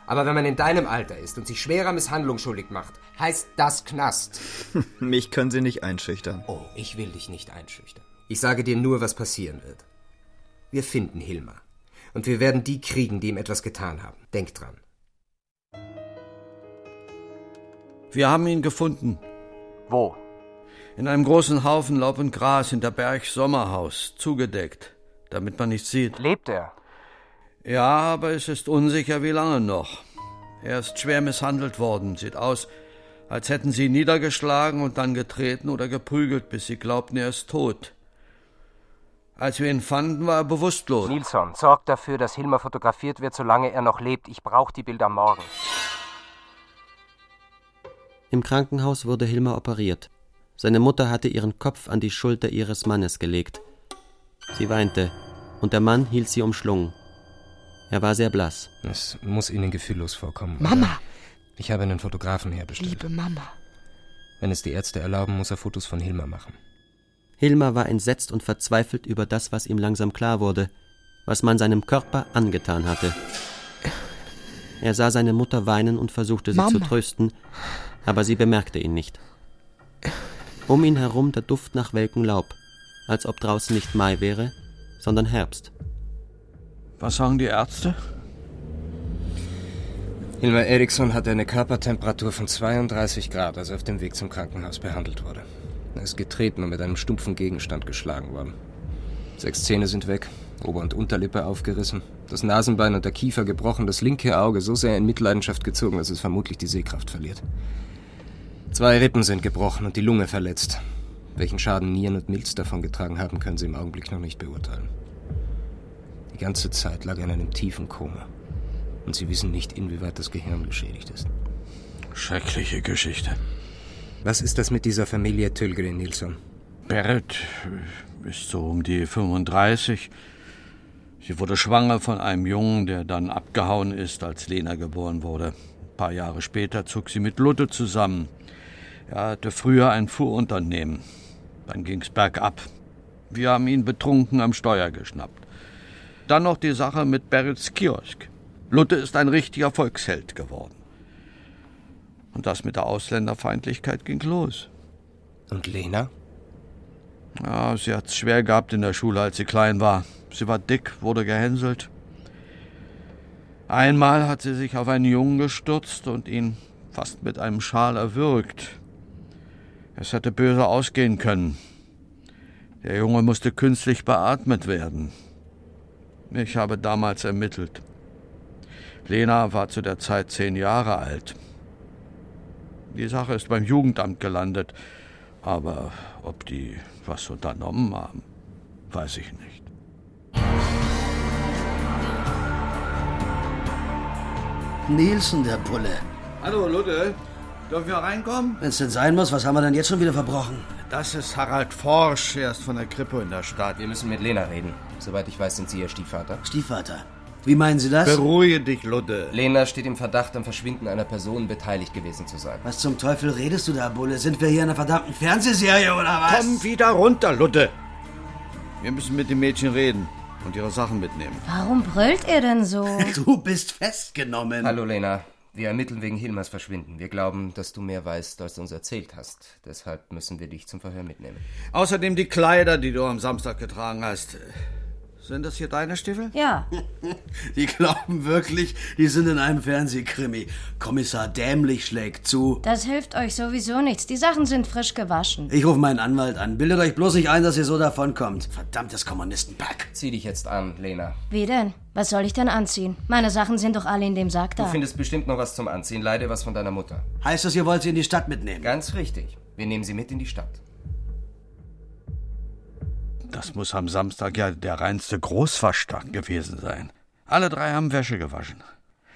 Speaker 17: Aber wenn man in deinem Alter ist und sich schwerer Misshandlung schuldig macht, heißt das Knast.
Speaker 16: Mich können Sie nicht einschüchtern.
Speaker 17: Oh, ich will dich nicht einschüchtern. Ich sage dir nur, was passieren wird. Wir finden Hilmar. Und wir werden die kriegen, die ihm etwas getan haben. Denk dran.
Speaker 10: Wir haben ihn gefunden.
Speaker 18: Wo?
Speaker 10: In einem großen Haufen Laub und Gras hinter Berg Sommerhaus, zugedeckt, damit man nichts sieht.
Speaker 18: Lebt er?
Speaker 10: Ja, aber es ist unsicher, wie lange noch. Er ist schwer misshandelt worden. Sieht aus, als hätten sie ihn niedergeschlagen und dann getreten oder geprügelt, bis sie glaubten, er ist tot. Als wir ihn fanden, war er bewusstlos.
Speaker 18: Nilsson, sorg dafür, dass Hilmar fotografiert wird, solange er noch lebt. Ich brauche die Bilder morgen.
Speaker 4: Im Krankenhaus wurde Hilmar operiert. Seine Mutter hatte ihren Kopf an die Schulter ihres Mannes gelegt. Sie weinte, und der Mann hielt sie umschlungen. Er war sehr blass.
Speaker 6: Es muss Ihnen gefühllos vorkommen.
Speaker 7: Mama!
Speaker 6: oder? Ich habe einen Fotografen herbestellt.
Speaker 7: Liebe Mama.
Speaker 6: Wenn es die Ärzte erlauben, muss er Fotos von Hilmar machen.
Speaker 4: Hilmar war entsetzt und verzweifelt über das, was ihm langsam klar wurde, was man seinem Körper angetan hatte. Er sah seine Mutter weinen und versuchte sie
Speaker 7: Mama.
Speaker 4: zu trösten, aber sie bemerkte ihn nicht. Um ihn herum der Duft nach welkem Laub, als ob draußen nicht Mai wäre, sondern Herbst.
Speaker 10: Was sagen die Ärzte?
Speaker 6: Hilmar Eriksson hatte eine Körpertemperatur von 32 Grad, als er auf dem Weg zum Krankenhaus behandelt wurde. Er ist getreten und mit einem stumpfen Gegenstand geschlagen worden. Sechs Zähne sind weg, Ober- und Unterlippe aufgerissen, das Nasenbein und der Kiefer gebrochen, das linke Auge so sehr in Mitleidenschaft gezogen, dass es vermutlich die Sehkraft verliert. Zwei Rippen sind gebrochen und die Lunge verletzt. Welchen Schaden Nieren und Milz davongetragen haben, können Sie im Augenblick noch nicht beurteilen. Die ganze Zeit lag er in einem tiefen Koma. Und Sie wissen nicht, inwieweit das Gehirn geschädigt ist.
Speaker 10: Schreckliche Geschichte.
Speaker 6: Was ist das mit dieser Familie Tölgren, Nilsson?
Speaker 10: Berit ist so um die 35. Sie wurde schwanger von einem Jungen, der dann abgehauen ist, als Lena geboren wurde. Ein paar Jahre später zog sie mit Ludde zusammen. Er hatte früher ein Fuhrunternehmen. Dann ging's bergab. Wir haben ihn betrunken am Steuer geschnappt. Dann noch die Sache mit Berits Kiosk. Ludde ist ein richtiger Volksheld geworden. Und das mit der Ausländerfeindlichkeit ging los.
Speaker 6: Und Lena?
Speaker 10: Ja, sie hat's schwer gehabt in der Schule, als sie klein war. Sie war dick, wurde gehänselt. Einmal hat sie sich auf einen Jungen gestürzt und ihn fast mit einem Schal erwürgt. Es hätte böse ausgehen können. Der Junge musste künstlich beatmet werden. Ich habe damals ermittelt. Lena war zu der Zeit zehn Jahre alt. Die Sache ist beim Jugendamt gelandet, aber ob die was unternommen haben, weiß ich nicht.
Speaker 19: Nielsen, der Pulle.
Speaker 10: Hallo, Ludde. Dürfen wir reinkommen?
Speaker 19: Wenn es denn sein muss, was haben wir denn jetzt schon wieder verbrochen?
Speaker 10: Das ist Harald Forsch, er ist von der Krippe in der Stadt.
Speaker 6: Wir müssen mit Lena reden. Soweit ich weiß, sind Sie ihr Stiefvater.
Speaker 19: Stiefvater. Wie meinen Sie das?
Speaker 10: Beruhige dich, Ludde.
Speaker 6: Lena steht im Verdacht, am Verschwinden einer Person beteiligt gewesen zu sein.
Speaker 19: Was zum Teufel redest du da, Bulle? Sind wir hier in einer verdammten Fernsehserie [laughs] oder was?
Speaker 10: Komm wieder runter, Ludde. Wir müssen mit dem Mädchen reden und ihre Sachen mitnehmen.
Speaker 13: Warum brüllt er denn so?
Speaker 19: Du bist festgenommen.
Speaker 6: Hallo, Lena. Wir ermitteln wegen Hilmers Verschwinden. Wir glauben, dass du mehr weißt, als du uns erzählt hast. Deshalb müssen wir dich zum Verhör mitnehmen.
Speaker 10: Außerdem die Kleider, die du am Samstag getragen hast.
Speaker 19: Sind das hier deine Stiefel?
Speaker 10: [laughs]
Speaker 13: Ja.
Speaker 19: Die glauben wirklich, die sind in einem Fernsehkrimi. Kommissar Dämlich schlägt zu.
Speaker 13: Das hilft euch sowieso nichts. Die Sachen sind frisch gewaschen.
Speaker 19: Ich rufe meinen Anwalt an. Bildet euch bloß nicht ein, dass ihr so davonkommt. Verdammtes Kommunistenpack.
Speaker 6: Zieh dich jetzt an, Lena.
Speaker 13: Wie denn? Was soll ich denn anziehen? Meine Sachen sind doch alle in dem Sarg
Speaker 6: Du
Speaker 13: da.
Speaker 6: findest bestimmt noch was zum Anziehen. Leider was von deiner Mutter.
Speaker 19: Heißt das, ihr wollt sie in die Stadt mitnehmen?
Speaker 6: Ganz richtig. Wir nehmen sie mit in die Stadt.
Speaker 10: Das muss am Samstag ja der reinste Großwaschtag gewesen sein. Alle drei haben Wäsche gewaschen.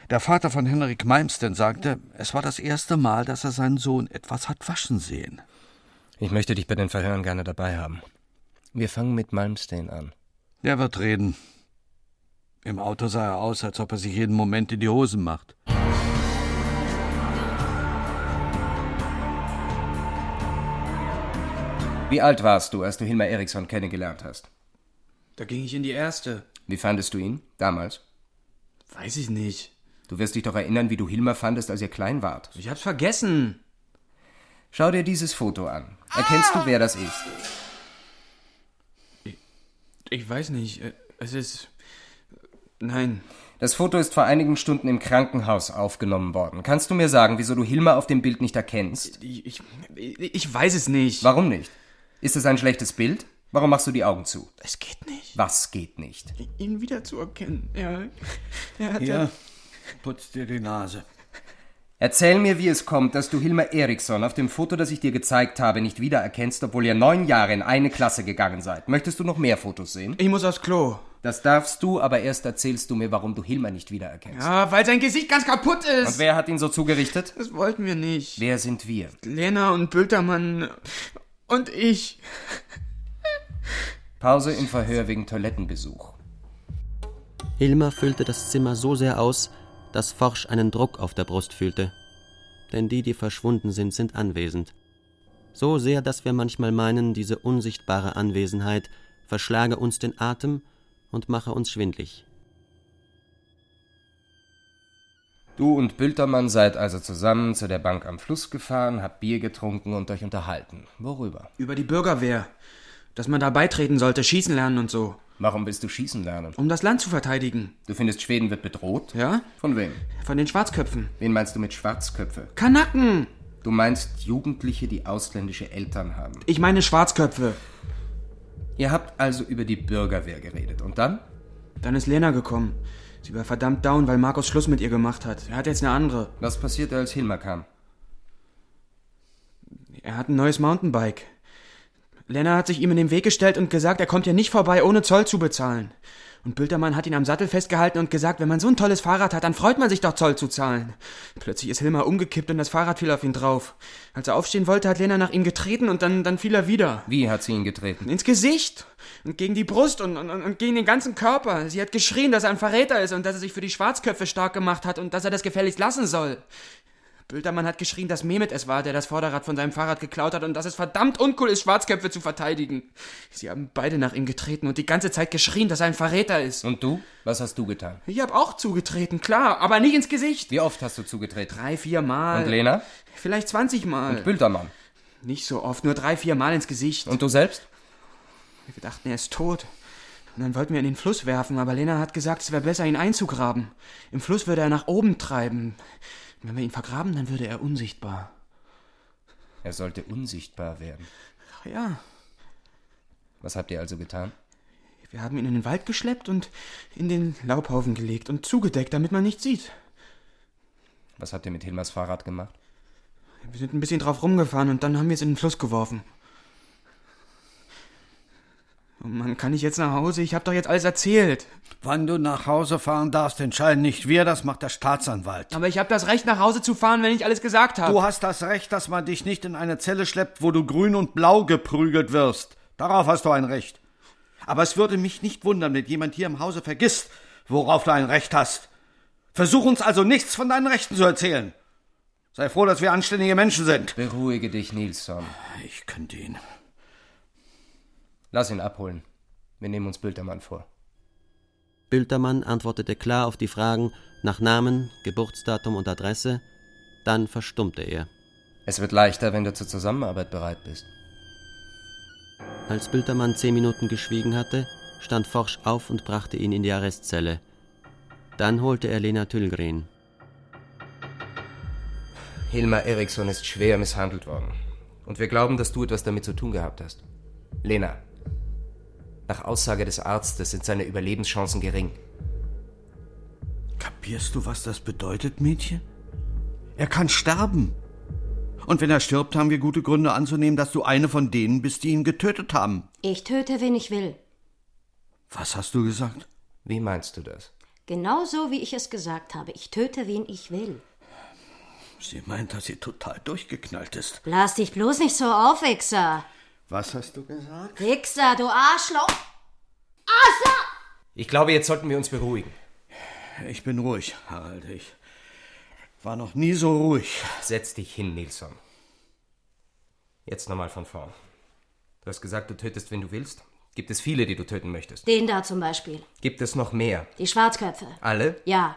Speaker 10: Der Vater von Henrik Malmsten sagte, es war das erste Mal, dass er seinen Sohn etwas hat waschen sehen.
Speaker 6: Ich möchte dich bei den Verhören gerne dabei haben. Wir fangen mit Malmsteen an.
Speaker 10: Der wird reden. Im Auto sah er aus, als ob er sich jeden Moment in die Hosen macht.
Speaker 6: Wie alt warst du, als du Hilmar Eriksson kennengelernt hast?
Speaker 20: Da ging ich in die erste.
Speaker 6: Wie fandest du ihn damals?
Speaker 20: Weiß ich nicht.
Speaker 6: Du wirst dich doch erinnern, wie du Hilmar fandest, als ihr klein wart.
Speaker 20: Ich hab's vergessen.
Speaker 6: Schau dir dieses Foto an. Erkennst du, wer das ist?
Speaker 20: Ich weiß nicht. äh, Es ist. Nein.
Speaker 6: Das Foto ist vor einigen Stunden im Krankenhaus aufgenommen worden. Kannst du mir sagen, wieso du Hilmar auf dem Bild nicht erkennst?
Speaker 20: Ich, ich weiß es nicht.
Speaker 6: Warum nicht? Ist es ein schlechtes Bild? Warum machst du die Augen zu?
Speaker 20: Es geht nicht.
Speaker 6: Was geht nicht?
Speaker 20: Ihn wiederzuerkennen. Ja. Er hat
Speaker 10: Hier, putz dir die Nase.
Speaker 6: Erzähl mir, wie es kommt, dass du Hilmar Eriksson auf dem Foto, das ich dir gezeigt habe, nicht wiedererkennst, obwohl ihr neun Jahre in eine Klasse gegangen seid. Möchtest du noch mehr Fotos sehen?
Speaker 20: Ich muss aufs Klo.
Speaker 6: Das darfst du, aber erst erzählst du mir, warum du Hilmar nicht wiedererkennst.
Speaker 20: Ja, weil sein Gesicht ganz kaputt ist.
Speaker 6: Und wer hat ihn so zugerichtet?
Speaker 20: Das wollten wir nicht.
Speaker 6: Wer sind wir?
Speaker 20: Lena und Bültermann und ich.
Speaker 6: Pause im Verhör wegen Toilettenbesuch.
Speaker 4: Hilmar füllte das Zimmer so sehr aus, dass Forsch einen Druck auf der Brust fühlte. Denn die, die verschwunden sind, sind anwesend. So sehr, dass wir manchmal meinen, diese unsichtbare Anwesenheit verschlage uns den Atem und mache uns schwindlig.
Speaker 6: Du und Bültermann seid also zusammen zu der Bank am Fluss gefahren, habt Bier getrunken und euch unterhalten. Worüber?
Speaker 20: Über die Bürgerwehr. Dass man da beitreten sollte, schießen lernen und so.
Speaker 6: Warum willst du schießen lernen?
Speaker 20: Um das Land zu verteidigen.
Speaker 6: Du findest, Schweden wird bedroht?
Speaker 20: Ja?
Speaker 6: Von wem?
Speaker 20: Von den Schwarzköpfen.
Speaker 6: Wen meinst du mit Schwarzköpfe?
Speaker 20: Kanaken!
Speaker 6: Du meinst Jugendliche, die ausländische Eltern haben.
Speaker 20: Ich meine Schwarzköpfe.
Speaker 6: Ihr habt also über die Bürgerwehr geredet. Und dann?
Speaker 20: Dann ist Lena gekommen. Sie war verdammt down, weil Markus Schluss mit ihr gemacht hat. Er hat jetzt eine andere.
Speaker 6: Was passierte, als Hilmar kam?
Speaker 20: Er hat ein neues Mountainbike. Lena hat sich ihm in den Weg gestellt und gesagt, er kommt hier nicht vorbei, ohne Zoll zu bezahlen. Und Bültermann hat ihn am Sattel festgehalten und gesagt, wenn man so ein tolles Fahrrad hat, dann freut man sich doch Zoll zu zahlen. Plötzlich ist Hilmar umgekippt und das Fahrrad fiel auf ihn drauf. Als er aufstehen wollte, hat Lena nach ihm getreten und dann, dann fiel er wieder.
Speaker 6: Wie hat sie ihn getreten?
Speaker 20: Ins Gesicht und gegen die Brust und, und, und gegen den ganzen Körper. Sie hat geschrien, dass er ein Verräter ist und dass er sich für die Schwarzköpfe stark gemacht hat und dass er das gefälligst lassen soll. Bültermann hat geschrien, dass Mehmet es war, der das Vorderrad von seinem Fahrrad geklaut hat und dass es verdammt uncool ist, Schwarzköpfe zu verteidigen. Sie haben beide nach ihm getreten und die ganze Zeit geschrien, dass er ein Verräter ist.
Speaker 6: Und du? Was hast du getan?
Speaker 20: Ich hab auch zugetreten, klar, aber nicht ins Gesicht.
Speaker 6: Wie oft hast du zugetreten?
Speaker 20: Drei, vier Mal.
Speaker 6: Und Lena?
Speaker 20: Vielleicht 20 Mal.
Speaker 6: Und Bültermann?
Speaker 20: Nicht so oft, nur drei, vier Mal ins Gesicht.
Speaker 6: Und du selbst?
Speaker 20: Wir dachten, er ist tot. Und dann wollten wir ihn in den Fluss werfen, aber Lena hat gesagt, es wäre besser, ihn einzugraben. Im Fluss würde er nach oben treiben. Und wenn wir ihn vergraben, dann würde er unsichtbar.
Speaker 6: Er sollte unsichtbar werden.
Speaker 20: Ach ja,
Speaker 6: Was habt ihr also getan?
Speaker 20: wir haben ihn in den Wald geschleppt und in den Laubhaufen gelegt und zugedeckt, damit man nichts sieht.
Speaker 6: Was habt ihr mit Hilmars Fahrrad gemacht?
Speaker 20: Wir sind ein bisschen drauf rumgefahren und dann haben wir es in den Fluss geworfen. Oh Mann, kann ich jetzt nach Hause? Ich hab doch jetzt alles erzählt.
Speaker 10: Wann du nach Hause fahren darfst, entscheiden nicht wir, das macht der Staatsanwalt.
Speaker 20: Aber ich hab das Recht, nach Hause zu fahren, wenn ich alles gesagt habe.
Speaker 10: Du hast das Recht, dass man dich nicht in eine Zelle schleppt, wo du grün und blau geprügelt wirst. Darauf hast du ein Recht. Aber es würde mich nicht wundern, wenn jemand hier im Hause vergisst, worauf du ein Recht hast. Versuch uns also nichts von deinen Rechten zu erzählen. Sei froh, dass wir anständige Menschen sind.
Speaker 6: Beruhige dich, Nilsson.
Speaker 10: Ich könnte ihn.
Speaker 6: Lass ihn abholen. Wir nehmen uns Bildermann vor.
Speaker 4: Bültermann antwortete klar auf die Fragen nach Namen, Geburtsdatum und Adresse, dann verstummte er.
Speaker 6: Es wird leichter, wenn du zur Zusammenarbeit bereit bist.
Speaker 4: Als Bültermann zehn Minuten geschwiegen hatte, stand forsch auf und brachte ihn in die Arrestzelle. Dann holte er Lena Tüllgren.
Speaker 6: Hilmar Eriksson ist schwer misshandelt worden. Und wir glauben, dass du etwas damit zu tun gehabt hast. Lena, nach Aussage des Arztes sind seine Überlebenschancen gering.
Speaker 10: Kapierst du, was das bedeutet, Mädchen? Er kann sterben. Und wenn er stirbt, haben wir gute Gründe anzunehmen, dass du eine von denen bist, die ihn getötet haben.
Speaker 13: Ich töte, wen ich will.
Speaker 10: Was hast du gesagt?
Speaker 6: Wie meinst du das?
Speaker 13: Genau so, wie ich es gesagt habe. Ich töte, wen ich will.
Speaker 10: Sie meint, dass sie total durchgeknallt ist.
Speaker 13: Blas dich bloß nicht so auf, Wichser.
Speaker 10: Was hast du gesagt?
Speaker 13: Wichser, du Arschloch.
Speaker 6: Ich glaube, jetzt sollten wir uns beruhigen.
Speaker 10: Ich bin ruhig, Harald. Ich war noch nie so ruhig.
Speaker 6: Setz dich hin, Nilsson. Jetzt nochmal von vorn. Du hast gesagt, du tötest, wen du willst. Gibt es viele, die du töten möchtest?
Speaker 13: Den da zum Beispiel.
Speaker 6: Gibt es noch mehr?
Speaker 13: Die Schwarzköpfe.
Speaker 6: Alle?
Speaker 13: Ja.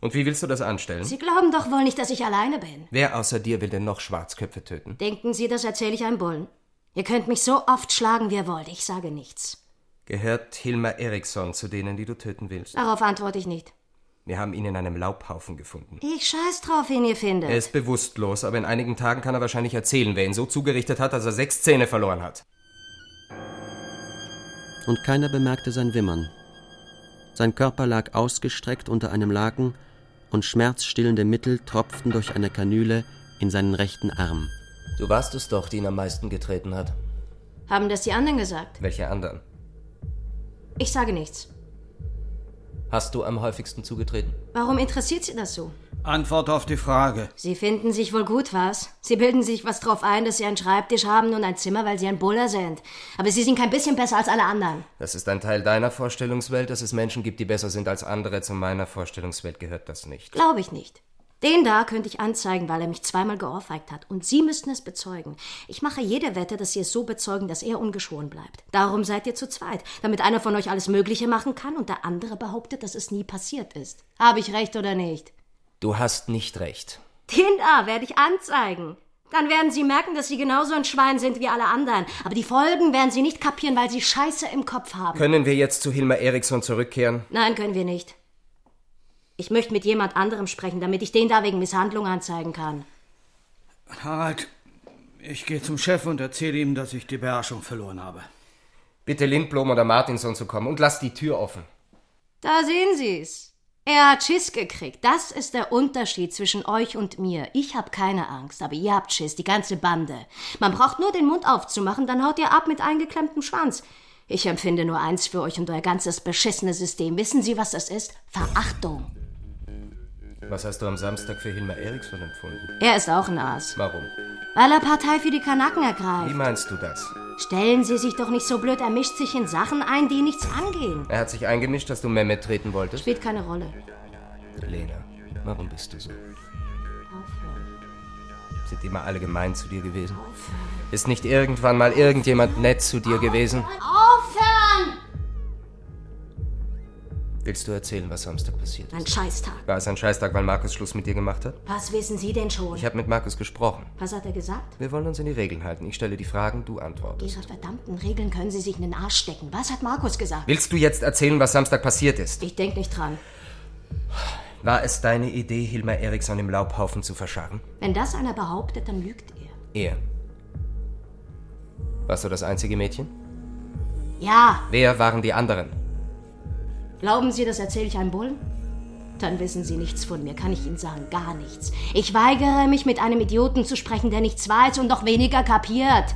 Speaker 6: Und wie willst du das anstellen?
Speaker 13: Sie glauben doch wohl nicht, dass ich alleine bin.
Speaker 6: Wer außer dir will denn noch Schwarzköpfe töten?
Speaker 13: Denken Sie, das erzähle ich einem Bullen. Ihr könnt mich so oft schlagen, wie ihr wollt. Ich sage nichts.
Speaker 6: Gehört Hilmar Eriksson zu denen, die du töten willst?
Speaker 13: Darauf antworte ich nicht.
Speaker 6: Wir haben ihn in einem Laubhaufen gefunden.
Speaker 13: Ich scheiß drauf, wen ihr findet.
Speaker 6: Er ist bewusstlos, aber in einigen Tagen kann er wahrscheinlich erzählen, wer ihn so zugerichtet hat, dass er sechs Zähne verloren hat.
Speaker 4: Und keiner bemerkte sein Wimmern. Sein Körper lag ausgestreckt unter einem Laken und schmerzstillende Mittel tropften durch eine Kanüle in seinen rechten Arm.
Speaker 6: Du warst es doch, die ihn am meisten getreten hat.
Speaker 13: Haben das die anderen gesagt?
Speaker 6: Welche anderen?
Speaker 13: Ich sage nichts.
Speaker 6: Hast du am häufigsten zugetreten?
Speaker 13: Warum interessiert Sie das so?
Speaker 10: Antwort auf die Frage.
Speaker 13: Sie finden sich wohl gut was. Sie bilden sich was drauf ein, dass Sie einen Schreibtisch haben und ein Zimmer, weil Sie ein Buller sind. Aber Sie sind kein bisschen besser als alle anderen.
Speaker 6: Das ist ein Teil deiner Vorstellungswelt, dass es Menschen gibt, die besser sind als andere. Zu meiner Vorstellungswelt gehört das nicht.
Speaker 13: Glaube ich nicht. Den da könnte ich anzeigen, weil er mich zweimal geohrfeigt hat. Und Sie müssten es bezeugen. Ich mache jede Wette, dass Sie es so bezeugen, dass er ungeschoren bleibt. Darum seid ihr zu zweit, damit einer von euch alles Mögliche machen kann und der andere behauptet, dass es nie passiert ist. Habe ich recht oder nicht?
Speaker 6: Du hast nicht recht.
Speaker 13: Den da werde ich anzeigen. Dann werden Sie merken, dass Sie genauso ein Schwein sind wie alle anderen. Aber die Folgen werden Sie nicht kapieren, weil Sie Scheiße im Kopf haben.
Speaker 6: Können wir jetzt zu Hilmar Eriksson zurückkehren?
Speaker 13: Nein, können wir nicht. Ich möchte mit jemand anderem sprechen, damit ich den da wegen Misshandlung anzeigen kann.
Speaker 10: Harald, ich gehe zum Chef und erzähle ihm, dass ich die Beherrschung verloren habe.
Speaker 6: Bitte Lindblom oder Martinson zu kommen und lass die Tür offen.
Speaker 13: Da sehen Sie's. Er hat Schiss gekriegt. Das ist der Unterschied zwischen euch und mir. Ich hab keine Angst, aber ihr habt Schiss, die ganze Bande. Man braucht nur den Mund aufzumachen, dann haut ihr ab mit eingeklemmtem Schwanz. Ich empfinde nur eins für euch und euer ganzes beschissenes System. Wissen Sie, was das ist? Verachtung.
Speaker 6: Was hast du am Samstag für Hilmar Eriksson empfunden?
Speaker 13: Er ist auch ein Aas.
Speaker 6: Warum?
Speaker 13: Weil er Partei für die Kanaken ergreift.
Speaker 6: Wie meinst du das?
Speaker 13: Stellen Sie sich doch nicht so blöd, er mischt sich in Sachen ein, die ihn nichts angehen.
Speaker 6: Er hat sich eingemischt, dass du Mehmet treten wolltest?
Speaker 13: Spielt keine Rolle.
Speaker 6: Lena, warum bist du so? Sind immer alle gemein zu dir gewesen? Ist nicht irgendwann mal irgendjemand nett zu dir gewesen?
Speaker 13: Aufhören!
Speaker 6: Willst du erzählen, was Samstag passiert ist?
Speaker 13: Ein Scheißtag.
Speaker 6: War es ein Scheißtag, weil Markus Schluss mit dir gemacht hat?
Speaker 13: Was wissen Sie denn schon?
Speaker 6: Ich habe mit Markus gesprochen.
Speaker 13: Was hat er gesagt?
Speaker 6: Wir wollen uns in die Regeln halten. Ich stelle die Fragen, du antwortest.
Speaker 13: Ihre verdammten Regeln können Sie sich in den Arsch stecken. Was hat Markus gesagt?
Speaker 6: Willst du jetzt erzählen, was Samstag passiert ist?
Speaker 13: Ich denk nicht dran.
Speaker 6: War es deine Idee, Hilmar Eriksson im Laubhaufen zu verscharren?
Speaker 13: Wenn das einer behauptet, dann lügt er.
Speaker 6: Er. Warst du das einzige Mädchen?
Speaker 13: Ja,
Speaker 6: Wer waren die anderen?
Speaker 13: glauben Sie, das erzähle ich einem Bullen? Dann wissen Sie nichts von mir, kann ich Ihnen sagen, gar nichts. Ich weigere mich, mit einem Idioten zu sprechen, der nichts weiß und noch weniger kapiert.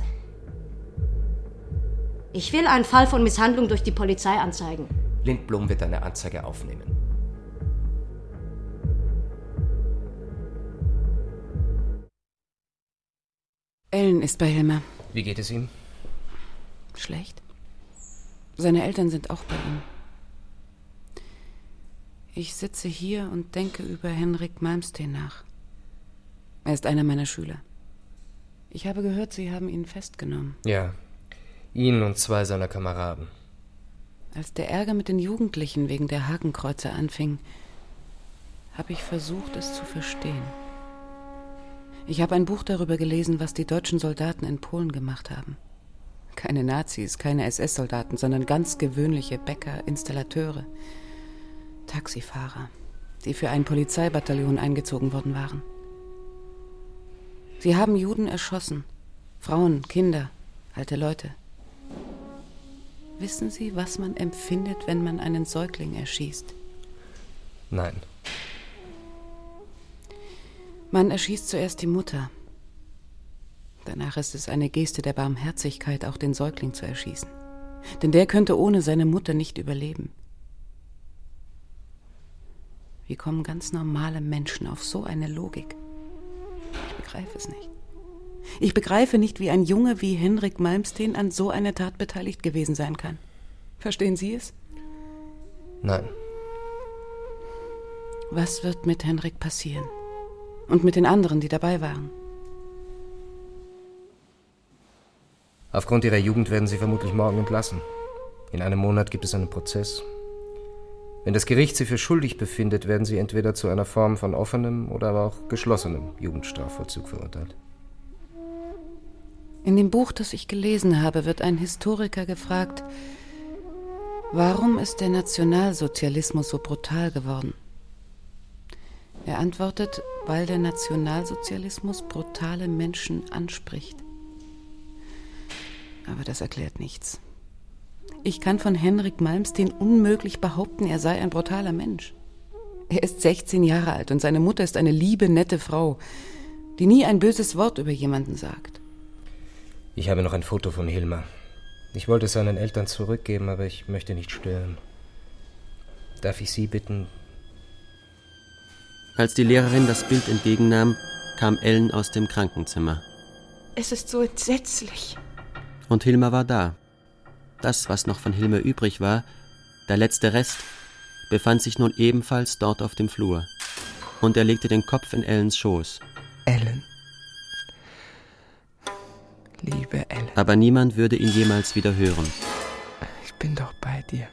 Speaker 13: Ich will einen Fall von Misshandlung durch die Polizei anzeigen.
Speaker 6: Lindblom wird deine Anzeige aufnehmen.
Speaker 5: Ellen ist bei Hilmer.
Speaker 6: Wie geht es ihm?
Speaker 5: Schlecht. Seine Eltern sind auch bei ihm. Ich sitze hier und denke über Henrik Malmsteen nach. Er ist einer meiner Schüler. Ich habe gehört, Sie haben ihn festgenommen.
Speaker 6: Ja. Ihn und zwei seiner Kameraden.
Speaker 5: Als der Ärger mit den Jugendlichen wegen der Hakenkreuze anfing, habe ich versucht, es zu verstehen. Ich habe ein Buch darüber gelesen, was die deutschen Soldaten in Polen gemacht haben. Keine Nazis, keine SS-Soldaten, sondern ganz gewöhnliche Bäcker, Installateure, Taxifahrer, die für ein Polizeibataillon eingezogen worden waren. Sie haben Juden erschossen, Frauen, Kinder, alte Leute. Wissen Sie, was man empfindet, wenn man einen Säugling erschießt?
Speaker 17: Nein.
Speaker 5: Man erschießt zuerst die Mutter. Danach ist es eine Geste der Barmherzigkeit, auch den Säugling zu erschießen. Denn der könnte ohne seine Mutter nicht überleben. Wie kommen ganz normale Menschen auf so eine Logik? Ich begreife es nicht. Ich begreife nicht, wie ein Junge wie Henrik Malmsteen an so einer Tat beteiligt gewesen sein kann. Verstehen Sie es?
Speaker 17: Nein.
Speaker 5: Was wird mit Henrik passieren? Und mit den anderen, die dabei waren?
Speaker 17: Aufgrund ihrer Jugend werden sie vermutlich morgen entlassen. In einem Monat gibt es einen Prozess. Wenn das Gericht sie für schuldig befindet, werden sie entweder zu einer Form von offenem oder aber auch geschlossenem Jugendstrafvollzug verurteilt.
Speaker 5: In dem Buch, das ich gelesen habe, wird ein Historiker gefragt, warum ist der Nationalsozialismus so brutal geworden? Er antwortet, weil der Nationalsozialismus brutale Menschen anspricht. Aber das erklärt nichts. Ich kann von Henrik Malmsteen unmöglich behaupten, er sei ein brutaler Mensch. Er ist 16 Jahre alt und seine Mutter ist eine liebe, nette Frau, die nie ein böses Wort über jemanden sagt.
Speaker 17: Ich habe noch ein Foto von Hilma. Ich wollte es seinen Eltern zurückgeben, aber ich möchte nicht stören. Darf ich Sie bitten?
Speaker 4: Als die Lehrerin das Bild entgegennahm, kam Ellen aus dem Krankenzimmer.
Speaker 8: Es ist so entsetzlich.
Speaker 4: Und Hilma war da. Das, was noch von Hilma übrig war, der letzte Rest, befand sich nun ebenfalls dort auf dem Flur. Und er legte den Kopf in Ellens Schoß.
Speaker 7: Ellen. Liebe Ellen,
Speaker 4: Aber niemand würde ihn jemals wieder hören.
Speaker 7: ich bin doch bei dir.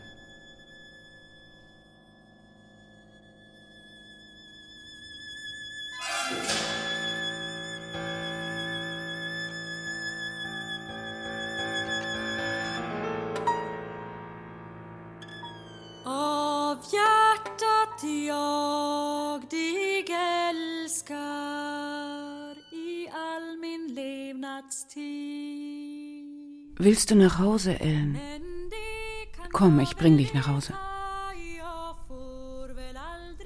Speaker 2: Av hjärtat jag dig älskar i all min levnadstid
Speaker 5: Willst du nach Hause, Ellen? Komm, ich bring dich nach Hause.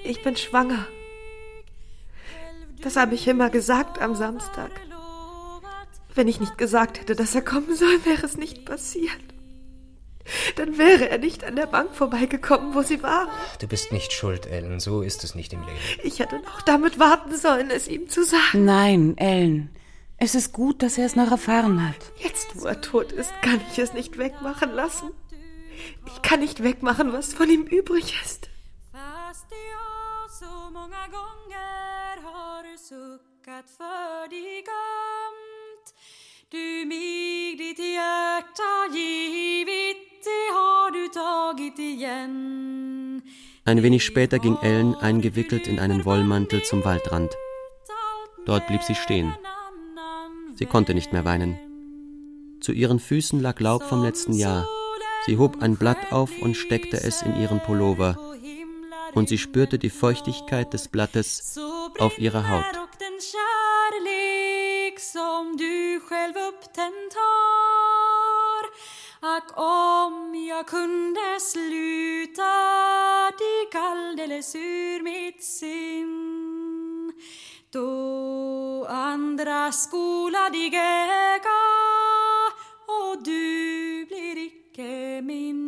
Speaker 8: Ich bin schwanger. Das habe ich immer gesagt am Samstag. Wenn ich nicht gesagt hätte, dass er kommen soll, wäre es nicht passiert. Dann wäre er nicht an der Bank vorbeigekommen, wo sie waren.
Speaker 17: Du bist nicht schuld, Ellen. So ist es nicht im Leben.
Speaker 8: Ich hätte noch damit warten sollen, es ihm zu sagen.
Speaker 5: Nein, Ellen. Es ist gut, dass er es noch erfahren hat.
Speaker 8: Jetzt, wo er tot ist, kann ich es nicht wegmachen lassen. Ich kann nicht wegmachen, was von ihm übrig ist.
Speaker 2: Fast jag så många gånger har suckat för dig gömt Du mig ditt hjärta givit, det har du tagit igen
Speaker 4: Ein wenig später ging Ellen eingewickelt in einen Wollmantel zum Waldrand. Dort blieb sie stehen. Sie konnte nicht mehr weinen. Zu ihren Füßen lag Laub vom letzten Jahr. Sie hob ein Blatt auf und steckte es in ihren Pullover. Und sie spürte die Feuchtigkeit des Blattes auf ihrer Haut.
Speaker 2: Och den kärlek som du själv upptänt har Ack om jag kunde sluta dig alldeles ur mitt sinn Då andra skola dig äga och du blir icke min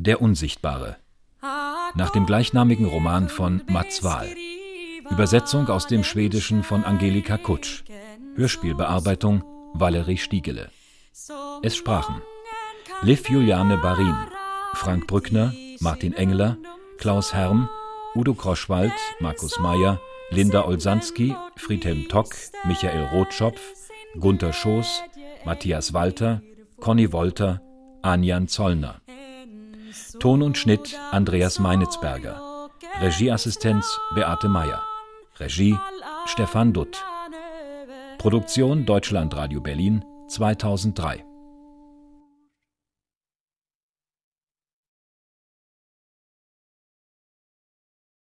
Speaker 3: Der Unsichtbare. Nach dem gleichnamigen Roman von Mats Wahl. Übersetzung aus dem Schwedischen von Angelika Kutsch. Hörspielbearbeitung Valerie Stiegele. Es sprachen Liv Juliane Barin, Frank Brückner, Martin Engeler, Klaus Herm, Udo Kroschwald, Markus Mayer, Linda Olsanski, Friedhelm Tock, Michael Rotschopf, Gunther Schoß, Matthias Walter, Conny Wolter, Anjan Zollner. Ton und Schnitt Andreas Meinitzberger. Regieassistenz Beate Meyer. Regie Stefan Dutt. Produktion Deutschlandradio Berlin 2003